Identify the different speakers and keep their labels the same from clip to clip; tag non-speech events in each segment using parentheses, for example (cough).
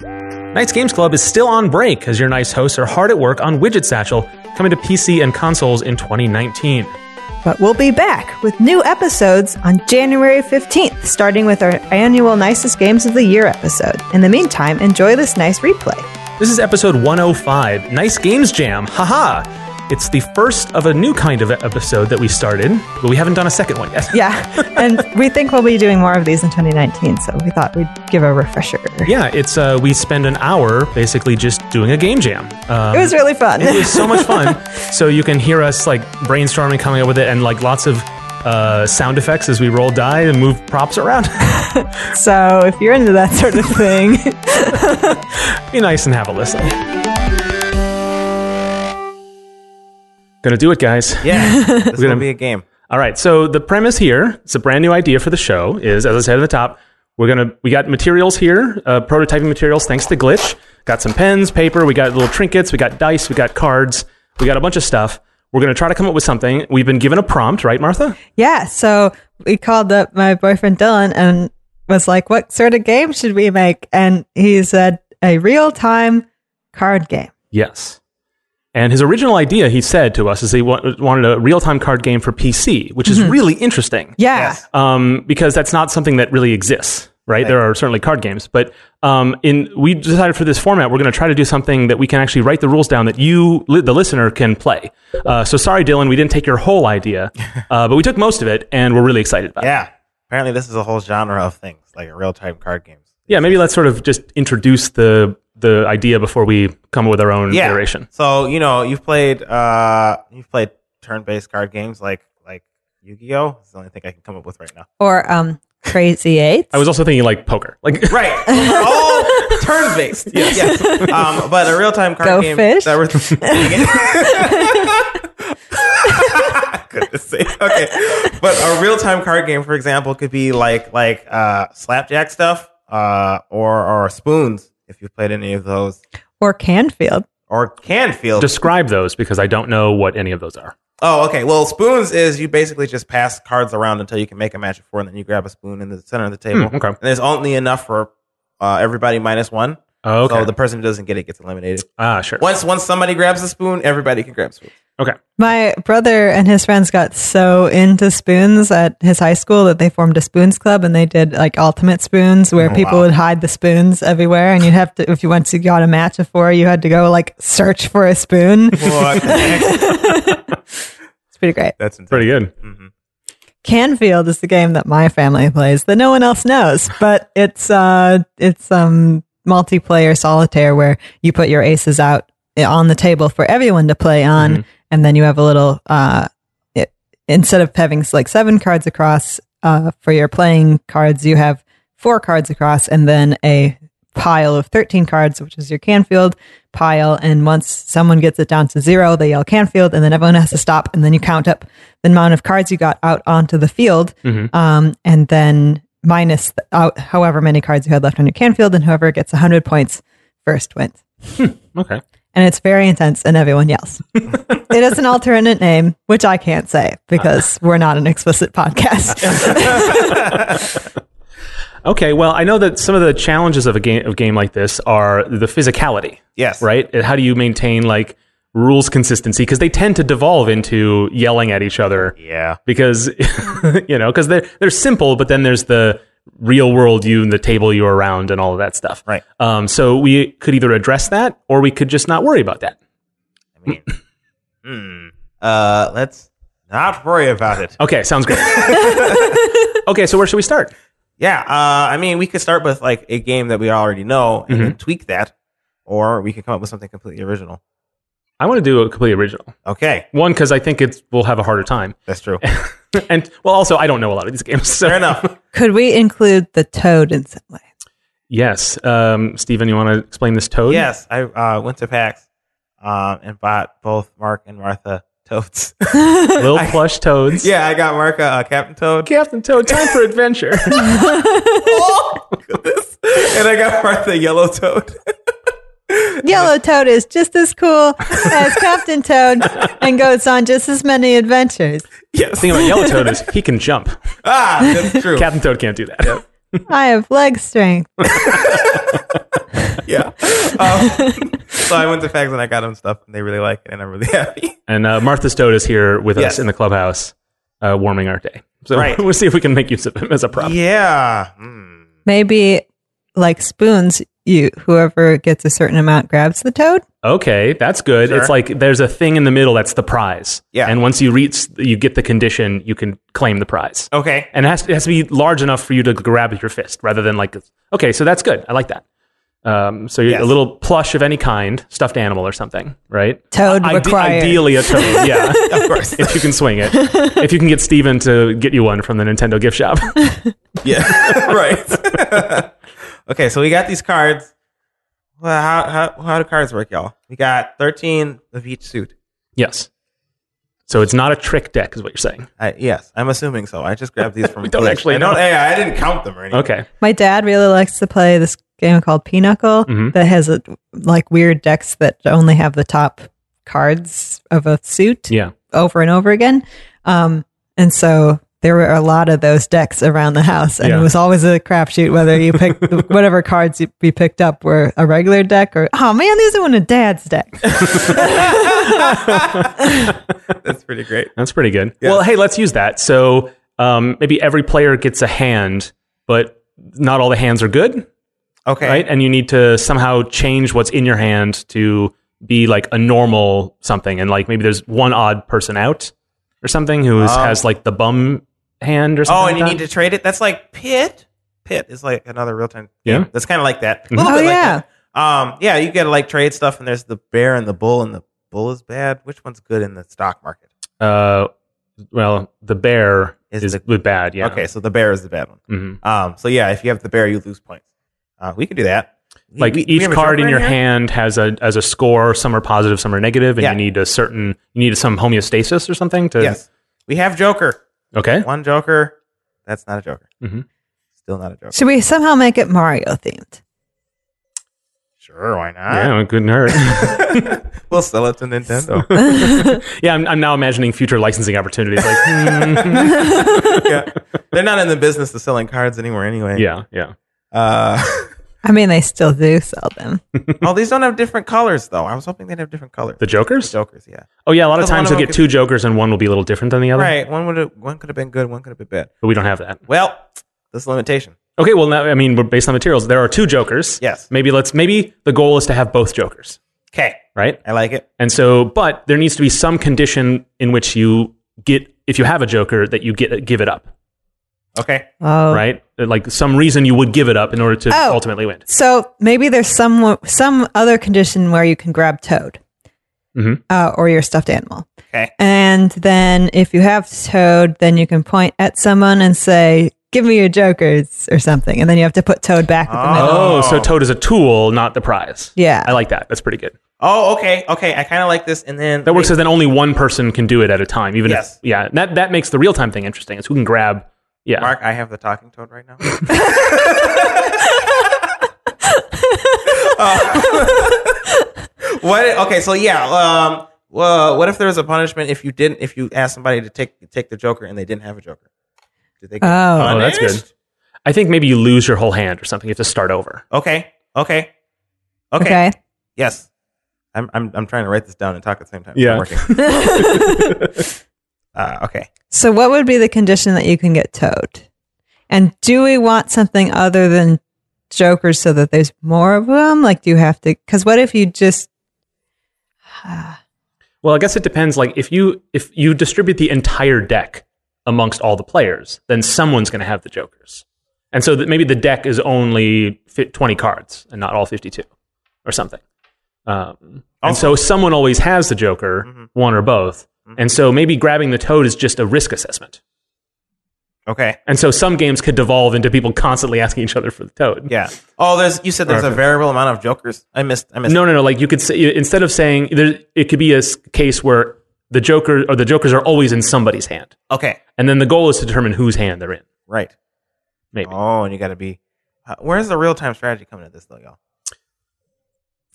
Speaker 1: Knights Games Club is still on break as your nice hosts are hard at work on Widget Satchel, coming to PC and consoles in 2019.
Speaker 2: But we'll be back with new episodes on January 15th, starting with our annual Nicest Games of the Year episode. In the meantime, enjoy this nice replay.
Speaker 1: This is episode 105, Nice Games Jam. Haha! It's the first of a new kind of episode that we started, but we haven't done a second one yet. (laughs)
Speaker 2: Yeah, and we think we'll be doing more of these in 2019, so we thought we'd give a refresher.
Speaker 1: Yeah, it's uh, we spend an hour basically just doing a game jam. Um,
Speaker 2: It was really fun.
Speaker 1: it was so much fun. so you can hear us like brainstorming, coming up with it, and like lots of uh, sound effects as we roll die and move props around.
Speaker 2: (laughs)
Speaker 1: (laughs)
Speaker 2: so if you're into that sort of thing, (laughs)
Speaker 1: Be nice and have a listen. Gonna do it, guys. (laughs)
Speaker 3: Yeah, this
Speaker 1: gonna-
Speaker 3: will be a game.
Speaker 1: All right. So the premise here, it's a brand new idea for the show. Is as I said at the top, we're gonna we got materials here, uh, prototyping materials. Thanks to Glitch, got some pens, paper. We got little trinkets. We got dice. We got cards. We got a bunch of stuff. We're gonna try to come up with something. We've been given a prompt, right, Martha?
Speaker 2: yeah. So we called up my boyfriend Dylan and was like, "What sort of game should we make?" And he said, "A real-time card game."
Speaker 1: Yes. And his original idea, he said to us, is he wa- wanted a real time card game for PC, which is really interesting.
Speaker 2: Yeah.
Speaker 1: um, because that's not something that really exists, right? There are certainly card games, but um, in we decided for this format, we're going to try to do something that we can actually write the rules down that you, li- the listener, can play. Uh, so sorry, Dylan, we didn't take your whole
Speaker 3: (laughs)
Speaker 1: idea, uh, but we took most of it, and we're really excited about it.
Speaker 3: Yeah. Apparently, this is a whole genre of things, like real time card games.
Speaker 1: Yeah, maybe let's sort of just introduce the the idea before we come up with our own
Speaker 3: Yeah.
Speaker 1: iteration.
Speaker 3: So you know, you've played uh, you've played turn based card games like like Yu Gi Oh. It's the only thing I can come up with right now.
Speaker 2: Or um, Crazy Eights.
Speaker 1: I was also thinking like poker, like (laughs)
Speaker 3: Right.
Speaker 2: (laughs)
Speaker 3: All turn based. Yes. Um, but a real time card
Speaker 2: Go
Speaker 3: game.
Speaker 2: fish.
Speaker 3: That
Speaker 2: (laughs)
Speaker 3: was. (laughs) Goodness sake. Okay. But a real time card game, for example, could be like like uh, slapjack stuff uh, or or spoons if you've played any of those.
Speaker 2: or Canfield.
Speaker 3: Or Canfield.
Speaker 1: describe those because I don't know what any of those are.
Speaker 3: Oh, okay. Well, spoons is you basically just pass cards around until you can make a match of four, and then you grab a spoon in the center of the table.
Speaker 1: Hmm, okay.
Speaker 3: And there's only enough for uh, everybody minus one.
Speaker 1: Okay.
Speaker 3: So the person who doesn't get it gets eliminated.
Speaker 1: ah, sure.
Speaker 3: Once once somebody grabs a spoon, everybody can grab a spoon.
Speaker 1: Okay.
Speaker 2: My brother and his friends got so into spoons at his high school that they formed a spoons club and they did like ultimate spoons where people would hide the spoons everywhere and you'd have to if you once you got a match of four you had to go like search for a spoon. (laughs) it's
Speaker 3: (laughs)
Speaker 2: pretty great.
Speaker 3: That's Mm-hmm.
Speaker 1: Pretty good.
Speaker 2: Canfield is the game that my family plays that no one else knows, but it's uh it's um multiplayer solitaire where you put your aces out eh, on the table for everyone to play on and then you have a little uh it, instead of having like seven cards across uh for your playing cards you have four cards across and then a pile of 13 cards which is your Canfield pile and once someone gets it down to zero they yell Canfield and then everyone has to stop and then you count up the amount of cards you got out onto the field um, and then minus the, out, however many cards you had left on your Canfield and whoever gets 100 points first wins
Speaker 1: Okay.
Speaker 2: and it's very intense and everyone yells. it is an alternate name, which I can't say because we're not an explicit podcast.
Speaker 1: Okay, well, I know that some of the challenges of a game of game like this are the physicality,
Speaker 3: Yes.
Speaker 1: right? And how do you maintain like rules consistency because they tend to devolve into yelling at each other
Speaker 3: Yeah.
Speaker 1: because (laughs) you know, because they're they're simple, but then there's the real world you and the table you're around and all of that stuff.
Speaker 3: Right.
Speaker 1: Um, so we could either address that or we could just not worry about that.
Speaker 3: I mean, hmm. Uh, let's not worry
Speaker 1: (laughs)
Speaker 3: about it.
Speaker 1: Okay, sounds good. okay, so where should we start?
Speaker 3: Yeah. Uh, I mean, we could start with like a game that we already know and
Speaker 1: Mm-hmm.
Speaker 3: then tweak that, or we could come up with something completely original.
Speaker 1: I want to do a completely original.
Speaker 3: Okay,
Speaker 1: One, because I think it's we'll have a harder time. (laughs)
Speaker 3: that's true.
Speaker 1: and well, also I don't know a lot of these games. So.
Speaker 3: Fair enough.
Speaker 2: Could we include the toad in some way?
Speaker 1: Yes, um, Stephen, you want to explain this toad? (laughs)
Speaker 3: Yes, I uh, went to PAX um, and bought both Mark and Martha toads. (laughs)
Speaker 1: little plush toads.
Speaker 3: yeah, I got Mark a uh, Captain Toad,
Speaker 1: Captain Toad, time for (laughs) adventure.
Speaker 3: and I got Martha a
Speaker 1: (laughs)
Speaker 3: Yellow Toad.
Speaker 2: Yellow Toad is just as cool as Captain Toad and goes on just as many adventures.
Speaker 3: yes.
Speaker 1: Thing about Yellow Toad
Speaker 3: (laughs)
Speaker 1: is he can jump.
Speaker 3: Ah,
Speaker 1: (laughs)
Speaker 3: that's true.
Speaker 1: Captain Toad can't do that.
Speaker 2: I have leg strength.
Speaker 3: yeah. Um, so I went to Fags and I got them stuff, and they really like it, and I'm really (laughs) happy.
Speaker 1: And uh, Martha Stode is here with us
Speaker 3: Yes.
Speaker 1: in the clubhouse, uh, warming our day. So
Speaker 3: Right.
Speaker 1: (laughs) we'll see if we can make use of him as a prop.
Speaker 3: Yeah. Mm.
Speaker 2: Maybe like spoons, you whoever gets a certain amount grabs the toad.
Speaker 1: Okay, that's good.
Speaker 3: Sure.
Speaker 1: It's like there's a thing in the middle that's the prize.
Speaker 3: Yeah.
Speaker 1: And once you reach, you get the condition, you can claim the prize.
Speaker 3: Okay.
Speaker 1: And it has, it has to be large enough for you to grab with your fist rather than like, okay, so that's good. I like that. Um, so you're a
Speaker 3: Yes.
Speaker 1: little plush of any kind, stuffed animal or something, right?
Speaker 2: Toad
Speaker 1: Ide-
Speaker 2: required.
Speaker 1: ideally a
Speaker 3: (laughs)
Speaker 1: toad, yeah. (laughs)
Speaker 3: Of course.
Speaker 1: if you can swing it. if you can get Steven to get you one from the Nintendo gift
Speaker 3: (laughs)
Speaker 1: shop.
Speaker 3: yeah. right. (laughs) okay, so we got these cards. Well, how, how how do cards work, y'all? We got 13 of each suit.
Speaker 1: yes. So it's not a trick deck, is what you're saying.
Speaker 3: I, yes, I'm assuming so. I just grabbed these from.
Speaker 1: We (laughs) don't
Speaker 3: Glitch.
Speaker 1: actually
Speaker 3: I don't.
Speaker 1: know.
Speaker 3: Yeah, I didn't count them or anything.
Speaker 1: Okay.
Speaker 2: My dad really likes to play this game called Pinochle
Speaker 1: Mhm.
Speaker 2: that has a, like weird decks that only have the top cards of a suit
Speaker 1: Yeah.
Speaker 2: over and over again. Um, and so there were a lot of those decks around the house, and
Speaker 1: Yeah.
Speaker 2: it was always a crapshoot whether you picked
Speaker 1: (laughs)
Speaker 2: whatever cards you, we picked up were a regular deck or oh man, these are one of
Speaker 1: (laughs)
Speaker 2: Dad's decks.
Speaker 3: (laughs) That's pretty great.
Speaker 1: That's pretty good.
Speaker 3: Yeah.
Speaker 1: Well, hey, let's use that. So um, maybe every player gets a hand, but not all the hands are good,
Speaker 3: Okay.
Speaker 1: right? And you need to somehow change what's in your hand to be like a normal something. And like maybe there's one odd person out or something who is-
Speaker 3: Oh.
Speaker 1: has like the bum hand or something.
Speaker 3: Oh, and you
Speaker 1: like
Speaker 3: need to trade it. That's like Pit. Pit is like another real time.
Speaker 1: Yeah.
Speaker 3: That's kind of like that. A
Speaker 1: Mhm.
Speaker 3: little
Speaker 2: Oh
Speaker 3: bit like
Speaker 2: yeah,
Speaker 3: that. Um. Yeah, you gotta like trade stuff, and there's the bear and the bull, and the bull is bad. Which one's good in the stock market?
Speaker 1: that. Uh, well, the bear
Speaker 3: Is
Speaker 1: is,
Speaker 3: the-
Speaker 1: bad. Yeah.
Speaker 3: Okay, so the bear is the bad one.
Speaker 1: hmm
Speaker 3: Um. So yeah, if you have the bear, you lose points. Uh, we can do that. We-
Speaker 1: Like
Speaker 3: we- we
Speaker 1: each
Speaker 3: have a
Speaker 1: card
Speaker 3: joker
Speaker 1: in your
Speaker 3: here?
Speaker 1: hand has a as a score. Some are positive, some are negative, and
Speaker 3: Yeah.
Speaker 1: you need a certain you need some homeostasis or something to.
Speaker 3: Yes, we have Joker.
Speaker 1: Okay.
Speaker 3: One Joker. That's not a Joker.
Speaker 1: Mhm.
Speaker 3: Still not a Joker.
Speaker 2: should we somehow make it Mario themed?
Speaker 3: Sure, why not?
Speaker 1: Yeah, it couldn't hurt. (laughs)
Speaker 3: we'll sell it to Nintendo.
Speaker 1: yeah, I'm, I'm now imagining future licensing opportunities.
Speaker 3: (laughs)
Speaker 1: Like, hmm.
Speaker 3: yeah. They're not in the business of selling cards anymore anyway.
Speaker 1: yeah, yeah.
Speaker 3: Uh,
Speaker 2: I mean, they still do sell them.
Speaker 3: oh, these don't have different colors though. I was hoping they'd have different colors.
Speaker 1: The Jokers?
Speaker 3: Jokers, yeah.
Speaker 1: Oh, yeah. A lot of
Speaker 3: Because one
Speaker 1: times
Speaker 3: of
Speaker 1: you'll
Speaker 3: them
Speaker 1: get two Jokers and one will be a little different than the other.
Speaker 3: Right. One would have one could have been good, one could have been bad.
Speaker 1: But we don't have that.
Speaker 3: Well, this limitation.
Speaker 1: Okay. Well, now, I mean, we're based on materials. There are two Jokers.
Speaker 3: Yes.
Speaker 1: Maybe let's. Maybe the goal is to have both Jokers,
Speaker 3: Okay.
Speaker 1: right?
Speaker 3: I like it.
Speaker 1: And so, but there needs to be some condition in which you get, if you have a Joker, that you get give it up,
Speaker 3: Okay.
Speaker 2: Oh,
Speaker 1: right? Like some reason you would give it up in order to
Speaker 2: Oh.
Speaker 1: ultimately win.
Speaker 2: So maybe there's some some other condition where you can grab Toad
Speaker 1: Mhm.
Speaker 2: uh, or your stuffed animal.
Speaker 3: Okay.
Speaker 2: And then if you have Toad, then you can point at someone and say, "Give me your jokers" or something. And then you have to put Toad back in the middle.
Speaker 1: Oh, so Toad is a tool, not the prize.
Speaker 2: Yeah.
Speaker 1: I like that. That's pretty good.
Speaker 3: Oh, okay. Okay. I kinda like this and then
Speaker 1: That works as then only one person can do it at a time. Even
Speaker 3: Yes.
Speaker 1: if yeah, that that makes the real time thing interesting. Is who can grab yeah.
Speaker 3: Mark, I have the talking toad right now.
Speaker 1: (laughs)
Speaker 3: Oh. (laughs) what? Okay, so yeah. Um, well, what if there was a punishment if you didn't? If you asked somebody to take take the Joker and they didn't have a Joker, did they? Get
Speaker 2: Oh.
Speaker 1: Oh, that's
Speaker 3: punished?
Speaker 1: I think maybe you lose your whole hand or something. You have to start over.
Speaker 3: Okay. Okay.
Speaker 1: Oh,
Speaker 3: Okay.
Speaker 2: Okay.
Speaker 3: Yes. I'm, I'm I'm trying to write this down and talk at the same time. It's
Speaker 1: Yeah. (laughs)
Speaker 3: not working. (laughs) uh, okay.
Speaker 2: So what would be the condition that you can get Toad? And do we want something other than jokers so that there's more of them? Like, do you have to? Because what if you just
Speaker 1: Well, I guess it depends. Like if you if you distribute the entire deck amongst all the players, then someone's going to have the jokers. And so that maybe the deck is only fit twenty cards and not all fifty two, or something. Um, and so someone always has the joker, one or both. And so maybe grabbing the toad is just a risk assessment.
Speaker 3: Okay.
Speaker 1: And so some games could devolve into people constantly asking each other for the toad.
Speaker 3: Yeah. Oh, there's you said there's a variable amount of Jokers. I missed. I missed.
Speaker 1: No, no, no. Like you could say instead of saying there, it could be a s- case where the joker or the jokers are always in somebody's hand,
Speaker 3: Okay.
Speaker 1: and then the goal is to determine whose hand they're in.
Speaker 3: Right.
Speaker 1: Maybe.
Speaker 3: Oh, and you got to be. Uh, where's the real time strategy coming at this though, y'all?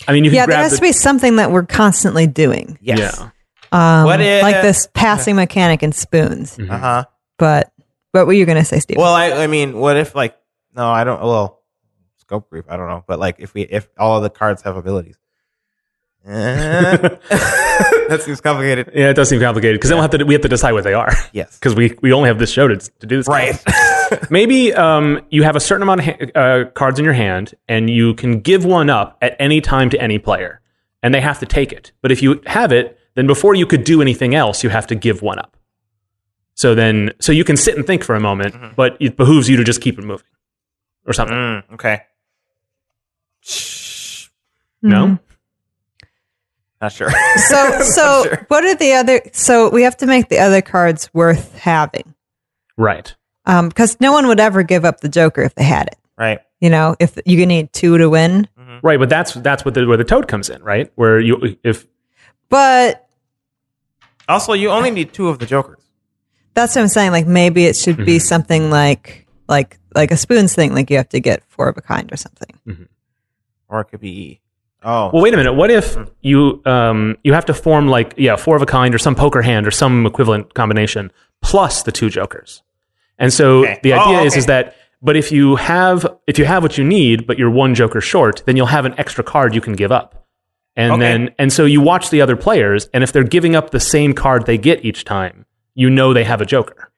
Speaker 1: I mean, you could
Speaker 2: yeah? There
Speaker 1: grab
Speaker 2: has
Speaker 1: the,
Speaker 2: to be something that we're constantly doing.
Speaker 3: Yes.
Speaker 1: yeah.
Speaker 2: Um,
Speaker 3: What if-
Speaker 2: like this passing mechanic and spoons?
Speaker 1: Mhm.
Speaker 3: Uh huh.
Speaker 1: Mm-hmm.
Speaker 2: But what were you going to say, Steve?
Speaker 3: Well, I I mean, what if like no, I don't. Well, scope group. I don't know, but like if we if all of the cards have abilities,
Speaker 1: (laughs)
Speaker 3: Eh. (laughs) that seems complicated.
Speaker 1: Yeah, it does seem complicated because then we'll have to we have to decide what they are
Speaker 3: Yes,
Speaker 1: because we we only have this show to to do this.
Speaker 3: right.
Speaker 1: Maybe um, you have a certain amount of ha- uh, cards in your hand, and you can give one up at any time to any player, and they have to take it. But if you have it, then before you could do anything else, you have to give one up. So then, so you can sit and think for a moment, but it behooves you to just keep it moving, or something.
Speaker 3: (laughs) Mm, okay,
Speaker 1: No,
Speaker 3: not (laughs) sure.
Speaker 2: So, so
Speaker 3: sure.
Speaker 2: what are the other? So we have to make the other cards worth having,
Speaker 1: right?
Speaker 2: because no one would ever give up the Joker if they had it.
Speaker 3: right.
Speaker 2: You know, if you need two to win,
Speaker 1: Right, but that's that's what the, where the toad comes in, right? Where you if
Speaker 2: but
Speaker 3: Also, you only need two of the jokers.
Speaker 2: that's what I'm saying. Like maybe it should be something like like like a spoons thing. Like you have to get four of a kind or something.
Speaker 3: or it could be oh
Speaker 1: well, wait a minute. What if you um you have to form like yeah four of a kind or some poker hand or some equivalent combination plus the two jokers, and so
Speaker 3: Okay.
Speaker 1: the
Speaker 3: Oh,
Speaker 1: idea is
Speaker 3: okay.
Speaker 1: is that but if you have if you have what you need but you're one joker short, then you'll have an extra card you can give up, and
Speaker 3: Okay.
Speaker 1: then and so you watch the other players, and if they're giving up the same card they get each time, you know they have a joker.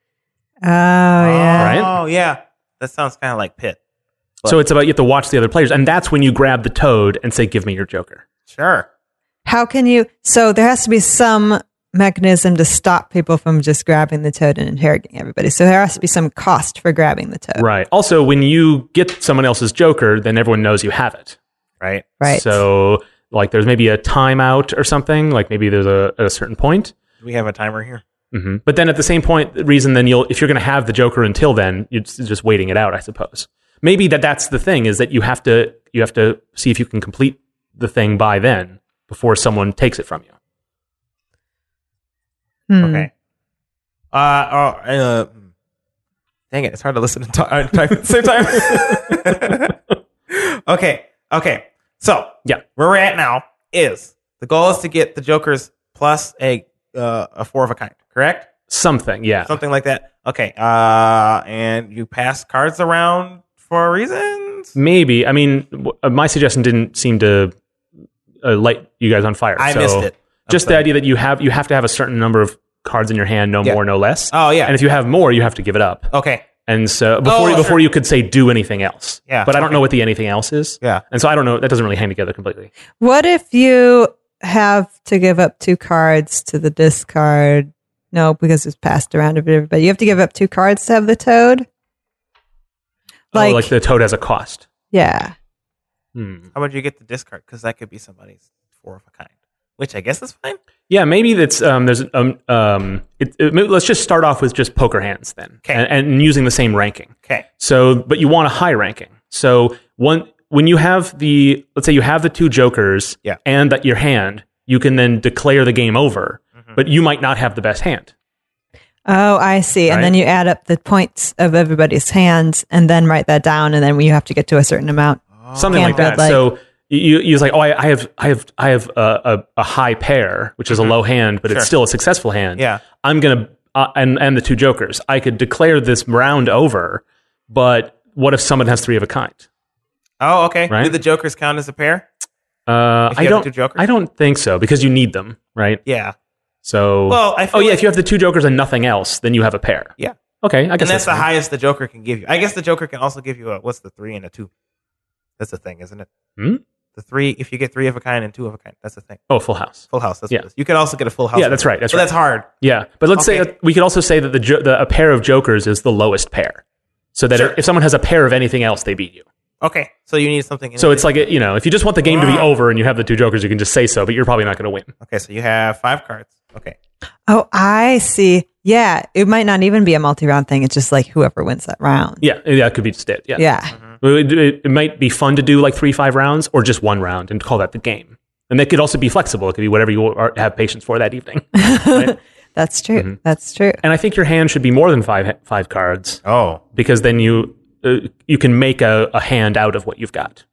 Speaker 2: Oh yeah.
Speaker 1: right?
Speaker 3: oh yeah that sounds kind of like pit
Speaker 1: so it's about you have to watch the other players, and that's when you grab the toad and say, "Give me your joker."
Speaker 3: sure
Speaker 2: How can you? So there has to be some mechanism to stop people from just grabbing the toad and interrogating everybody. So there has to be some cost for grabbing the toad,
Speaker 1: Right. Also, when you get someone else's Joker, then everyone knows you have it.
Speaker 3: right
Speaker 2: right?
Speaker 1: So, like, there's maybe a timeout or something. Like, maybe there's a, at a certain point.
Speaker 3: do we have a timer here Mm-hmm.
Speaker 1: hmm But then at the same point, the reason then you'll, if you're going to have the Joker until then, it's just waiting it out, I suppose. Maybe that that's the thing is that you have to, you have to see if you can complete the thing by then before someone takes it from you.
Speaker 2: Hmm.
Speaker 3: okay Mm. uh, uh, uh hmm. dang it it's hard to listen and talk, uh, type at the same (laughs) time okay okay so
Speaker 1: Yeah.
Speaker 3: where we're at now is the goal is to get the jokers plus a uh, a four of a kind correct
Speaker 1: Something. Yeah.
Speaker 3: something like that okay uh and you pass cards around for reasons
Speaker 1: Maybe. I mean, w- uh, my suggestion didn't seem to uh, light you guys on fire.
Speaker 3: I
Speaker 1: so-
Speaker 3: missed it. I'm
Speaker 1: just the
Speaker 3: sorry.
Speaker 1: idea that you have you have to have a certain number of cards in your hand, no
Speaker 3: Yeah.
Speaker 1: more, no less.
Speaker 3: Oh yeah.
Speaker 1: and if you have more, you have to give it up.
Speaker 3: okay.
Speaker 1: And so before
Speaker 3: Oh, sure.
Speaker 1: before you could say do anything else.
Speaker 3: Yeah,
Speaker 1: But I don't
Speaker 3: okay.
Speaker 1: know what the anything else is.
Speaker 3: Yeah.
Speaker 1: And so I don't know. That doesn't really hang together completely.
Speaker 2: What if you have to give up two cards to the discard? No, because it's passed around to everybody. You have to give up two cards to have the toad.
Speaker 1: Like, oh, like the toad has a cost.
Speaker 2: yeah,
Speaker 1: Hmm.
Speaker 3: How about you get the discard? Because that could be somebody's four of a kind, which I guess is fine.
Speaker 1: Yeah, maybe that's um, there's um, um it, it- maybe let's just start off with just poker hands then,
Speaker 3: 'Kay.
Speaker 1: and, and using the same ranking.
Speaker 3: Okay.
Speaker 1: So, but you want a high ranking. So one when you have the let's say you have the two jokers
Speaker 3: Yeah.
Speaker 1: and that your hand, you can then declare the game over.
Speaker 3: Mm-hmm.
Speaker 1: But you might not have the best hand.
Speaker 2: Oh, I see. And then
Speaker 1: Right?
Speaker 2: you add up the points of everybody's hands and then write that down. And then you have to get to a certain amount.
Speaker 1: Something
Speaker 2: Can't
Speaker 1: like that.
Speaker 2: but, like-
Speaker 1: so you you was like, oh, I, I have I have I have a, a, a high pair, which is a low hand, but
Speaker 3: Mm-hmm. Sure.
Speaker 1: it's still a successful hand.
Speaker 3: Yeah.
Speaker 1: I'm gonna uh, and and the two jokers. I could declare this round over, but what if someone has three of a kind?
Speaker 3: Oh, okay.
Speaker 1: Right.
Speaker 3: Do the jokers count as a pair?
Speaker 1: Uh,
Speaker 3: If you
Speaker 1: I
Speaker 3: have the
Speaker 1: don't.
Speaker 3: two jokers?
Speaker 1: I don't think so because you need them, right?
Speaker 3: Yeah.
Speaker 1: So
Speaker 3: Well, I feel
Speaker 1: oh yeah,
Speaker 3: like-
Speaker 1: if you have the two jokers and nothing else, then you have a pair.
Speaker 3: Yeah.
Speaker 1: Okay, I guess
Speaker 3: And that's the
Speaker 1: fine.
Speaker 3: highest the joker can give you. I guess the joker can also give you a what's the three and a two. That's the thing, isn't it?
Speaker 1: Hmm?
Speaker 3: The three, if you get three of a kind and two of a kind, that's the thing.
Speaker 1: Oh, full house.
Speaker 3: Full house. That's
Speaker 1: Yeah.
Speaker 3: what it is. You can also get a full house.
Speaker 1: Yeah, that's right, that's
Speaker 3: But
Speaker 1: right.
Speaker 3: That's hard.
Speaker 1: Yeah, but let's say
Speaker 3: Okay.
Speaker 1: that we could also say that the, jo- the a pair of jokers is the lowest pair, so that
Speaker 3: Sure.
Speaker 1: if someone has a pair of anything else, they beat you.
Speaker 3: Okay. So you need something. In
Speaker 1: So it's like you know, if you just want the game to be over and you have the two jokers, you can just say so, but you're probably not going to win.
Speaker 3: okay. So you have five cards. Okay.
Speaker 2: Oh, I see. Yeah. It might not even be a multi round thing. It's just like whoever wins that round.
Speaker 1: Yeah, that could be just it. Yeah,
Speaker 2: Yeah.
Speaker 1: It, it- it might be fun to do like three five rounds or just one round and call that the game. And that could also be flexible. It could be whatever you are, have patience for that evening.
Speaker 3: Mm-hmm.
Speaker 2: (laughs) That's true. That's true.
Speaker 1: and I think your hand should be more than five five cards
Speaker 3: Oh.
Speaker 1: because then you uh, you can make a, a hand out of what you've got.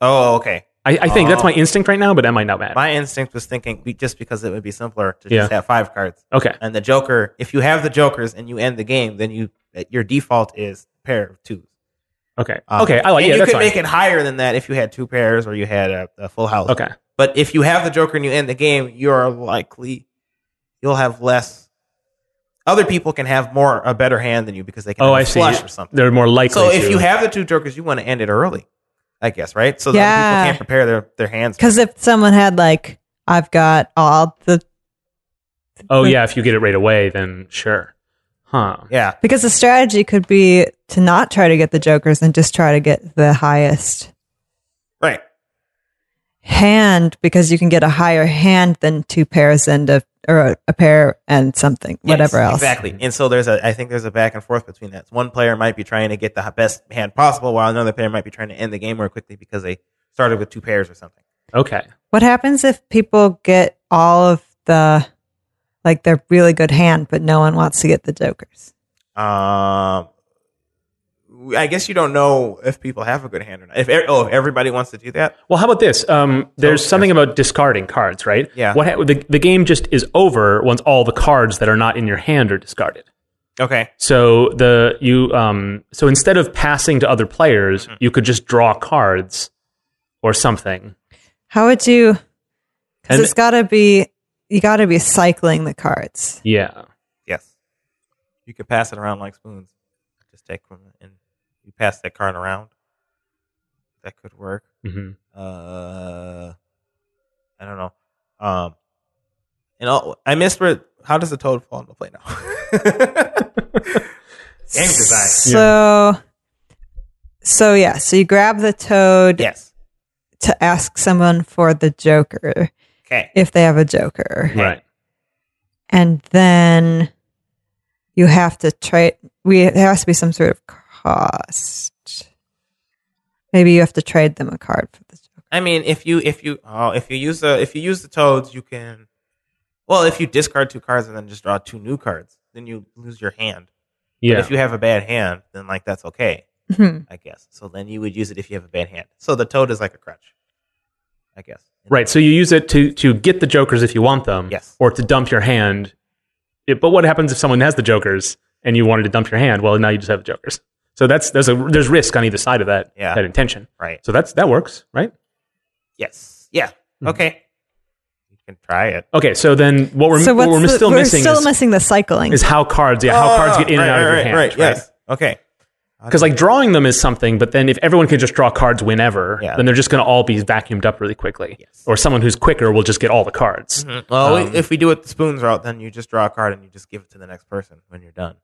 Speaker 3: Oh. Okay.
Speaker 1: I, I think that's my instinct right now, but that might not matter.
Speaker 3: Oh. My instinct was thinking we- just because it would be simpler to just
Speaker 1: Yeah.
Speaker 3: have five cards.
Speaker 1: okay,
Speaker 3: and the eh, Joker. If you have the Jokers and you end the game, then you your default is pair of twos.
Speaker 1: Okay.
Speaker 3: Um,
Speaker 1: okay. I like. Yeah,
Speaker 3: and you
Speaker 1: that's
Speaker 3: could
Speaker 1: fine.
Speaker 3: make it higher than that if you had two pairs or you had a, a full house.
Speaker 1: okay.
Speaker 3: But if you have the Joker and you end the game, you're likely you'll have less. Other people can have more a better hand than you because they can
Speaker 1: Oh,
Speaker 3: have a
Speaker 1: I see.
Speaker 3: flush or something.
Speaker 1: They're more likely.
Speaker 3: So if
Speaker 1: to-
Speaker 3: you have the two Jokers, you want to end it early, I guess, right? So that
Speaker 2: Yeah.
Speaker 3: people can't prepare their, their hands.
Speaker 2: Because if someone had like, I've got all the
Speaker 1: oh yeah, if you get it right away, then sure. Huh.
Speaker 3: Yeah,
Speaker 2: because the strategy could be to not try to get the jokers and just try to get the highest
Speaker 3: right.
Speaker 2: hand because you can get a higher hand than two pairs and a or a, a pair and something
Speaker 3: Yes,
Speaker 2: whatever else.
Speaker 3: Exactly. And so there's a, I think there's a back and forth between that. One player might be trying to get the best hand possible, while another player might be trying to end the game more quickly because they started with two pairs or something.
Speaker 1: Okay.
Speaker 2: What happens if people get all of the like their really good hand, but no one wants to get the jokers?
Speaker 3: Um, I guess you don't know if people have a good hand or not. If e- oh, if everybody wants to do that,
Speaker 1: Well, how about this? Um, there's something about discarding cards, right?
Speaker 3: Yeah.
Speaker 1: What ha- the, the game just is over once all the cards that are not in your hand are discarded.
Speaker 3: okay.
Speaker 1: So the you um, so instead of passing to other players, you could just draw cards or something.
Speaker 2: How would you? Because
Speaker 1: And-
Speaker 2: it's got to be you got to be cycling the cards.
Speaker 1: Yeah.
Speaker 3: Yes, you could pass it around like spoons. Just take one and you pass that card around. That could work.
Speaker 1: hmm
Speaker 3: Uh, I don't know. Um, and all, I missed where. How does the toad fall into play now? (laughs) Game design.
Speaker 2: So, so yeah. So you grab the toad
Speaker 3: Yes.
Speaker 2: to ask someone for the joker
Speaker 3: Okay.
Speaker 2: if they have a joker,
Speaker 1: Right.
Speaker 2: and then you have to trade. We there has to be some sort of cost. Maybe you have to trade them a card for the joker.
Speaker 3: I mean, if you if you oh, if you use the if you use the toads, you can. Well, if you discard two cards and then just draw two new cards, then you lose your hand. But
Speaker 1: Yeah.
Speaker 3: if you have a bad hand, then like that's okay,
Speaker 2: Mhm.
Speaker 3: I guess. So then you would use it if you have a bad hand. So the toad is like a crutch, I guess.
Speaker 1: Right. So you use it to to get the jokers if you want them.
Speaker 3: Yes.
Speaker 1: Or to dump your hand. It- but what happens if someone has the jokers and you wanted to dump your hand? Well, now you just have the jokers. So that's there's a there's risk on either side of that
Speaker 3: Yeah.
Speaker 1: that intention.
Speaker 3: Right.
Speaker 1: So that's that works, right?
Speaker 3: Yes. Yeah.
Speaker 1: Mhm.
Speaker 3: Okay. You can try it.
Speaker 1: Okay. So then what we're
Speaker 2: so
Speaker 1: what
Speaker 2: what's
Speaker 1: we're
Speaker 2: the-
Speaker 1: still
Speaker 2: we're
Speaker 1: missing
Speaker 2: still
Speaker 1: is,
Speaker 2: missing the cycling.
Speaker 1: is how cards yeah how cards get in and out of your hand.
Speaker 3: Oh, Right. Yes. Okay.
Speaker 1: Because like drawing them is something, but then if everyone can just draw cards whenever,
Speaker 3: Yeah.
Speaker 1: then they're just going to all be vacuumed up really quickly.
Speaker 3: Yes. Mm-hmm.
Speaker 1: Or someone who's quicker will just get all the cards.
Speaker 3: Well,
Speaker 1: Um,
Speaker 3: if we do it the spoons route, then you just draw a card and you just give it to the next person when you're done.